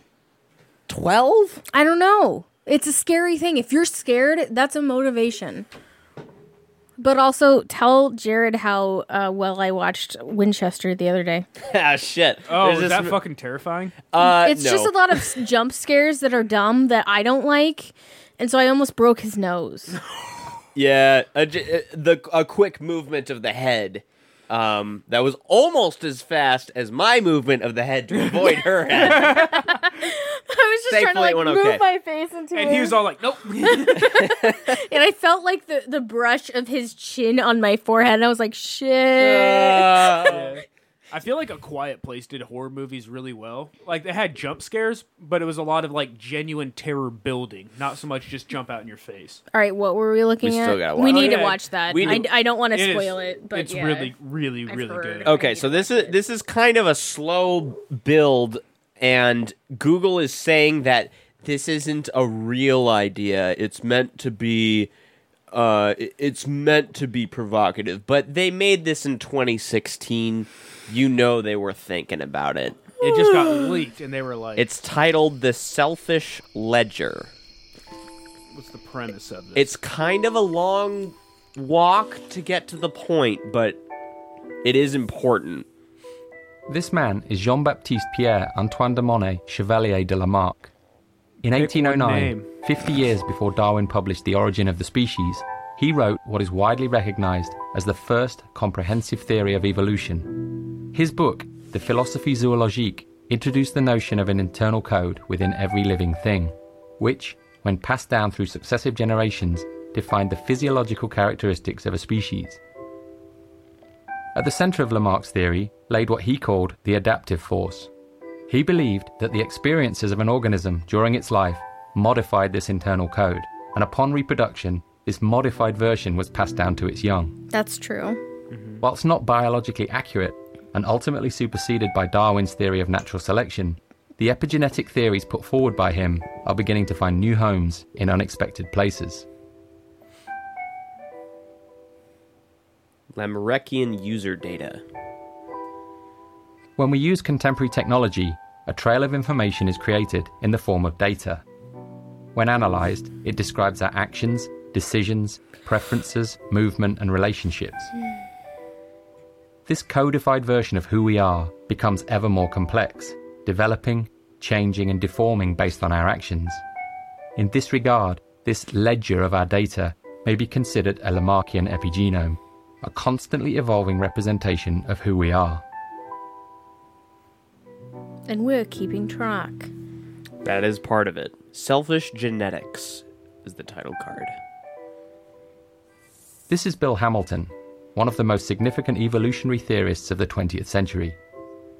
S5: Twelve?
S7: I don't know. It's a scary thing. If you're scared, that's a motivation. But also tell Jared how uh, well I watched Winchester the other day.
S5: [laughs] ah, shit.
S6: Oh,
S5: There's
S6: is
S5: this
S6: that
S5: m-
S6: fucking terrifying?
S5: uh,
S7: it's just
S5: no.
S7: a lot of s- [laughs] jump scares that are dumb that I don't like. And so I almost broke
S5: [laughs]
S7: his nose.
S5: Yeah, a, j- uh, the a quick movement of the head. Um, that was almost as fast as my movement of the head to avoid
S6: [laughs]
S5: her head.
S7: I was just trying to
S5: Thankfully,
S7: like
S5: it went
S7: move
S5: okay.
S7: my face into
S6: And
S7: it.
S6: he was all like,
S7: [laughs]
S6: "Nope."
S7: and I felt like the, the brush of his chin on my forehead. And I was like, shit.
S5: Uh,
S6: [laughs] I feel like A Quiet Place did horror movies really well. Like they had jump scares, but it was a lot of like genuine terror building, not so much just jump out in your face.
S7: All right, what were we looking
S5: We
S7: at?
S5: still gotta
S7: We
S5: watch
S7: need
S6: it.
S7: to watch that.
S5: We
S7: I,
S5: do.
S7: I don't want to
S6: It is-
S7: spoil it, but
S6: it's
S7: yeah.
S6: really, really,
S7: I've
S6: really
S7: heard.
S6: good.
S5: okay, so this is this is kind of a slow build, and Google is saying that this isn't a real idea. It's meant to be. Uh, i- it's meant to be provocative, but they made this in 2016. you know they were thinking about it.
S6: It just
S7: [laughs]
S6: got leaked, and they were like,
S5: It's titled The Selfish Ledger.
S6: "What's the premise of this?"
S5: It's kind of a long walk to get to the point, but it is important.
S13: This man is Jean Baptiste Pierre Antoine de Monet Chevalier de Lamarck. In 1809, 50 years before Darwin published The Origin of the Species, he wrote what is widely recognized as the first comprehensive theory of evolution. His book, The Philosophie Zoologique, introduced the notion of an internal code within every living thing, which, when passed down through successive generations, defined the physiological characteristics of a species. At the centre of Lamarck's theory laid what he called the adaptive force. He believed that the experiences of an organism during its life modified this internal code, and upon reproduction, this modified version was passed down to its young.
S7: That's true.
S13: Whilst not biologically accurate, and ultimately superseded by Darwin's theory of natural selection, the epigenetic theories put forward by him are beginning to find new homes in unexpected places.
S5: Lamarckian user data.
S13: When we use contemporary technology, a trail of information is created in the form of data. When analysed, it describes our actions, decisions, preferences, movement, and relationships. This codified version of who we are becomes ever more complex, developing, changing, and deforming based on our actions. In this regard, this ledger of our data may be considered a Lamarckian epigenome, a constantly evolving representation of who we are.
S7: And we're keeping track.
S5: That is part of it. Selfish Genetics is the title card.
S13: This is Bill Hamilton, one of the most significant evolutionary theorists of the 20th century.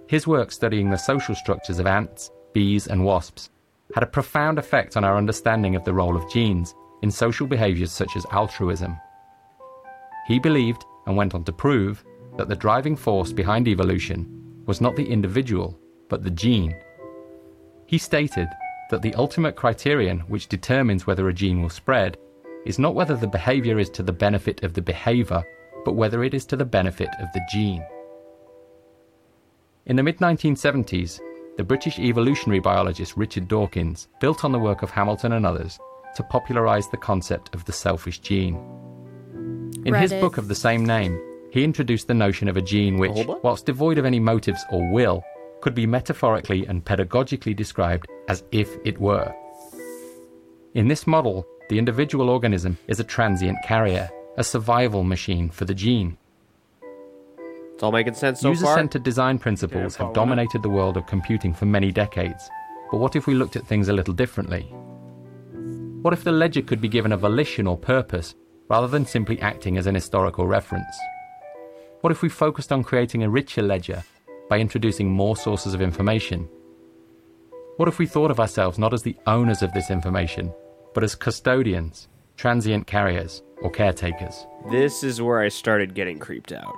S13: His work studying the social structures of ants, bees, and wasps had a profound effect on our understanding of the role of genes in social behaviors such as altruism. He believed, and went on to prove, that the driving force behind evolution was not the individual, but the gene. He stated that the ultimate criterion which determines whether a gene will spread is not whether the behavior is to the benefit of the behavior, but whether it is to the benefit of the gene. In the mid 1970s, the British evolutionary biologist Richard Dawkins built on the work of Hamilton and others to popularize the concept of the selfish gene. In his
S14: Reddit.
S13: book of the same name, he introduced the notion of a gene which, whilst devoid of any motives or will, could be metaphorically and pedagogically described as if it were. In this model, the individual organism is a transient carrier, a survival machine for the gene.
S5: It's all making sense so
S13: User
S5: far.
S13: centered design principles have dominated the world of computing for many decades. But what if we looked at things a little differently? What if the ledger could be given a volition or purpose rather than simply acting as an historical reference? What if we focused on creating a richer ledger by introducing more sources of information? What if we thought of ourselves not as the owners of this information, but as custodians, transient carriers, or caretakers?
S5: This is where I started getting creeped out.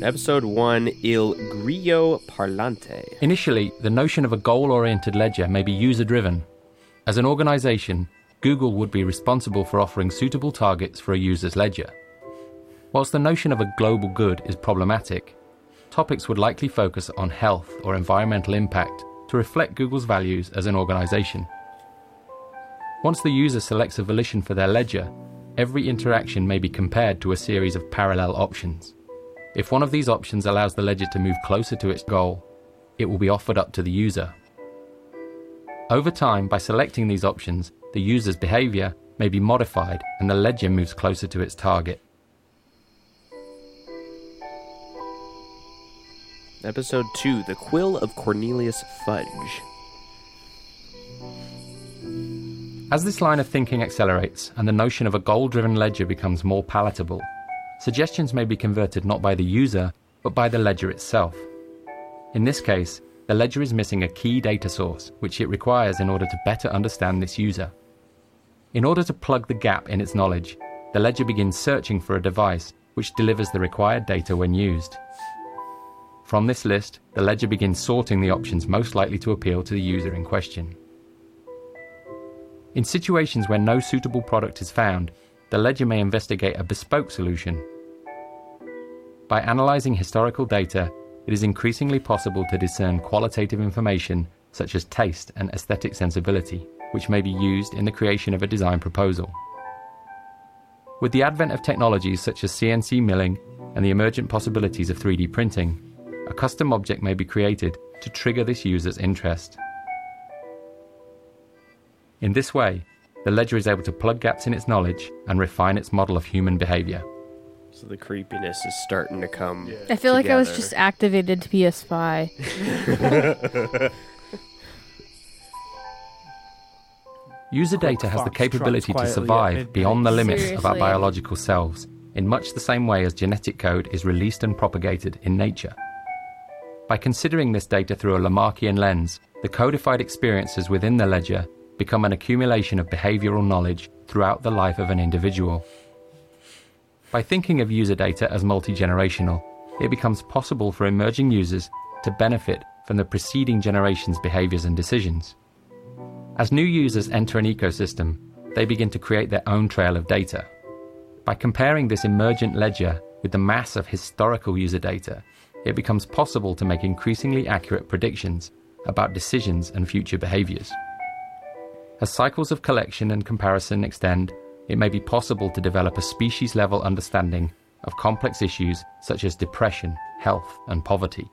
S5: Episode 1 Il Grillo Parlante.
S13: Initially, the notion of a goal oriented ledger may be user driven. As an organization, Google would be responsible for offering suitable targets for a user's ledger. Whilst the notion of a global good is problematic, topics would likely focus on health or environmental impact to reflect Google's values as an organization. Once the user selects a volition for their ledger, every interaction may be compared to a series of parallel options. If one of these options allows the ledger to move closer to its goal, it will be offered up to the user. Over time, by selecting these options, the user's behavior may be modified and the ledger moves closer to its target.
S5: Episode 2 The Quill of Cornelius Fudge.
S13: As this line of thinking accelerates and the notion of a goal driven ledger becomes more palatable, suggestions may be converted not by the user, but by the ledger itself. In this case, the ledger is missing a key data source which it requires in order to better understand this user. In order to plug the gap in its knowledge, the ledger begins searching for a device which delivers the required data when used. From this list, the ledger begins sorting the options most likely to appeal to the user in question. In situations where no suitable product is found, the ledger may investigate a bespoke solution. By analysing historical data, it is increasingly possible to discern qualitative information such as taste and aesthetic sensibility, which may be used in the creation of a design proposal. With the advent of technologies such as CNC milling and the emergent possibilities of 3D printing, a custom object may be created to trigger this user's interest. In this way, the ledger is able to plug gaps in its knowledge and refine its model of human behavior.
S5: So the creepiness is starting to come.
S7: I feel like I was just activated to be a spy.
S5: just.
S13: User data has the
S5: fox
S13: capability to
S5: trots quietly at
S13: survive
S5: midnight.
S13: beyond the limits of our
S7: Seriously.
S13: biological selves, in much the same way as genetic code is released and propagated in nature. By considering this data through a Lamarckian lens, the codified experiences within the ledger become an accumulation of behavioral knowledge throughout the life of an individual. By thinking of user data as multi generational, it becomes possible for emerging users to benefit from the preceding generation's behaviors and decisions. As new users enter an ecosystem, they begin to create their own trail of data. By comparing this emergent ledger with the mass of historical user data, it becomes possible to make increasingly accurate predictions about decisions and future behaviors. As cycles of collection and comparison extend, it may be possible to develop a species level understanding of complex issues such as depression, health, and poverty.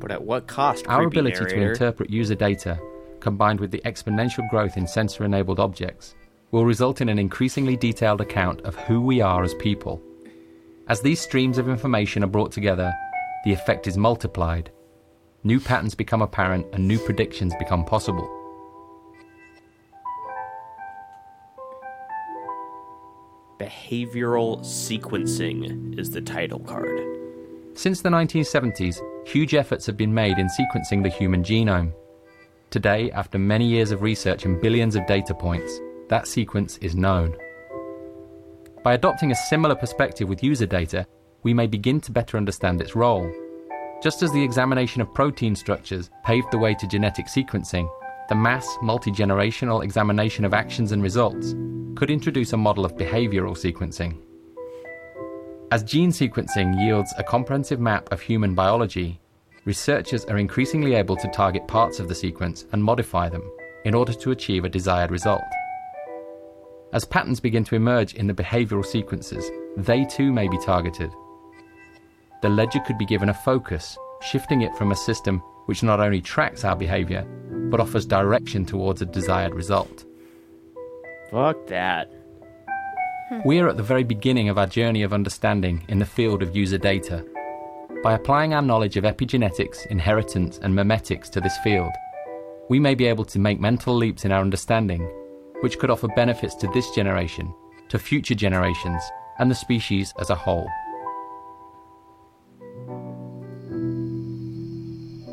S5: But at what cost?
S13: Our
S5: creepy
S13: ability to
S5: narrator?
S13: interpret user data, combined with the exponential growth in sensor enabled objects, will result in an increasingly detailed account of who we are as people. As these streams of information are brought together, the effect is multiplied. New patterns become apparent and new predictions become possible.
S5: Behavioral sequencing is the title card.
S13: Since the 1970s, huge efforts have been made in sequencing the human genome. Today, after many years of research and billions of data points, that sequence is known. By adopting a similar perspective with user data, we may begin to better understand its role. Just as the examination of protein structures paved the way to genetic sequencing, the mass, multi generational examination of actions and results could introduce a model of behavioral sequencing. As gene sequencing yields a comprehensive map of human biology, researchers are increasingly able to target parts of the sequence and modify them in order to achieve a desired result. As patterns begin to emerge in the behavioral sequences, they too may be targeted. The ledger could be given a focus, shifting it from a system which not only tracks our behavior, but offers direction towards a desired result.
S5: Fuck that.
S13: We are at the very beginning of our journey of understanding in the field of user data. By applying our knowledge of epigenetics, inheritance, and memetics to this field, we may be able to make mental leaps in our understanding, which could offer benefits to this generation, to future generations, and the species as a whole.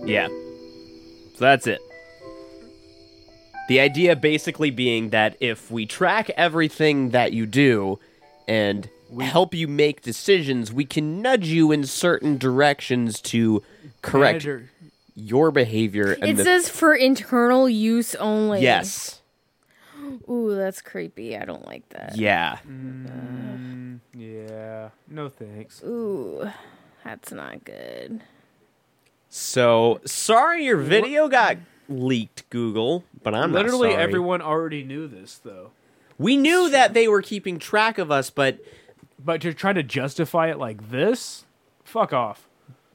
S5: Yeah. So that's it. The idea basically being that if we track everything that you do and help you make decisions, we can nudge you in certain directions to correct
S6: Manager.
S5: your behavior. And
S7: it
S5: the-
S7: says for internal use only.
S5: yes.
S7: Ooh, that's creepy. I don't like that.
S5: Yeah.
S6: Mm, yeah. No thanks.
S7: Ooh, that's not good.
S5: So sorry your video got leaked, Google, but I'm not
S6: Literally
S5: sorry.
S6: everyone already knew this though.
S5: We knew that they were keeping track of us, but
S6: but to try to justify it like this, fuck off.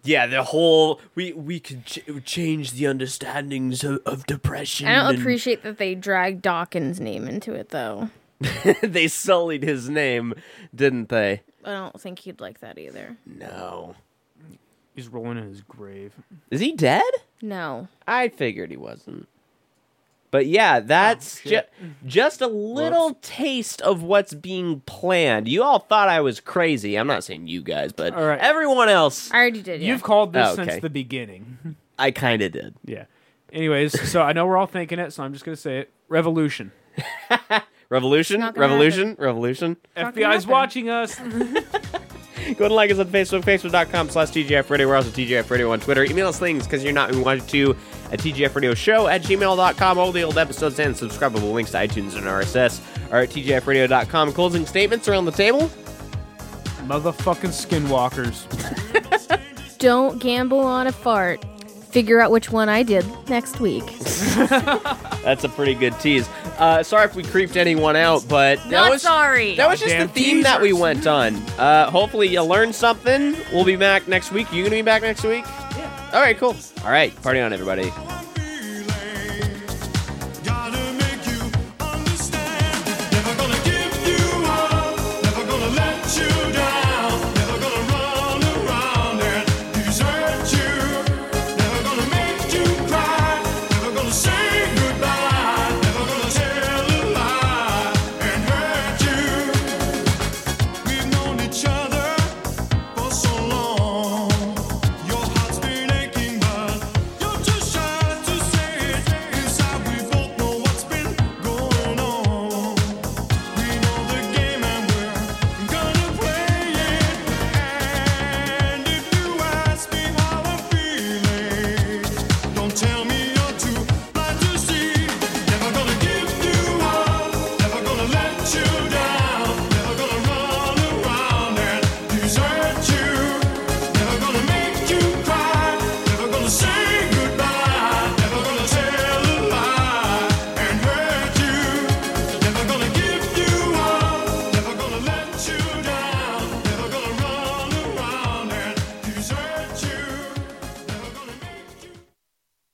S5: Yeah, the whole we we could ch- change the understandings of, of depression.
S7: I don't
S5: and-
S7: appreciate that they dragged Dawkins' name into it though.
S5: [laughs] they sullied his name, didn't they?
S7: I don't think he'd like that either.
S5: No.
S6: He's rolling in his grave.
S5: Is he dead?
S7: No.
S5: I figured he wasn't. But yeah, that's
S6: Oh,
S5: ju- just a little taste of what's being planned. You all thought I was crazy. I'm not saying you guys, but
S6: All right.
S5: everyone else.
S7: I already did.
S6: You've called this
S5: Oh, okay.
S6: since the beginning. [laughs]
S5: I kind of did.
S6: Yeah. Anyways, so I know we're all thinking it, so I'm just gonna say it. Revolution.
S5: Revolution,
S6: not gonna
S5: revolution, revolution.
S6: FBI's watching us.
S5: Go ahead and like us on Facebook, facebook.com slash TGF Radio. We're also TGF Radio on Twitter. Email us things because you're not who you want to at TGF Radio Show at gmail.com. All the old episodes and subscribable links to iTunes and RSS. are at tgfradio.com. Closing statements are on the table.
S6: Motherfucking skinwalkers.
S7: Don't gamble on a fart. Figure out which one I did next week.
S5: That's a pretty good tease. Uh, sorry if we creeped anyone out, but that
S7: Not
S5: was
S7: sorry.
S5: That was just
S7: Damn
S5: the theme that we went on. Uh, hopefully you learned something. We'll be back next week. You gonna be back next week? Yeah. All right. Cool. All right. Party on, everybody.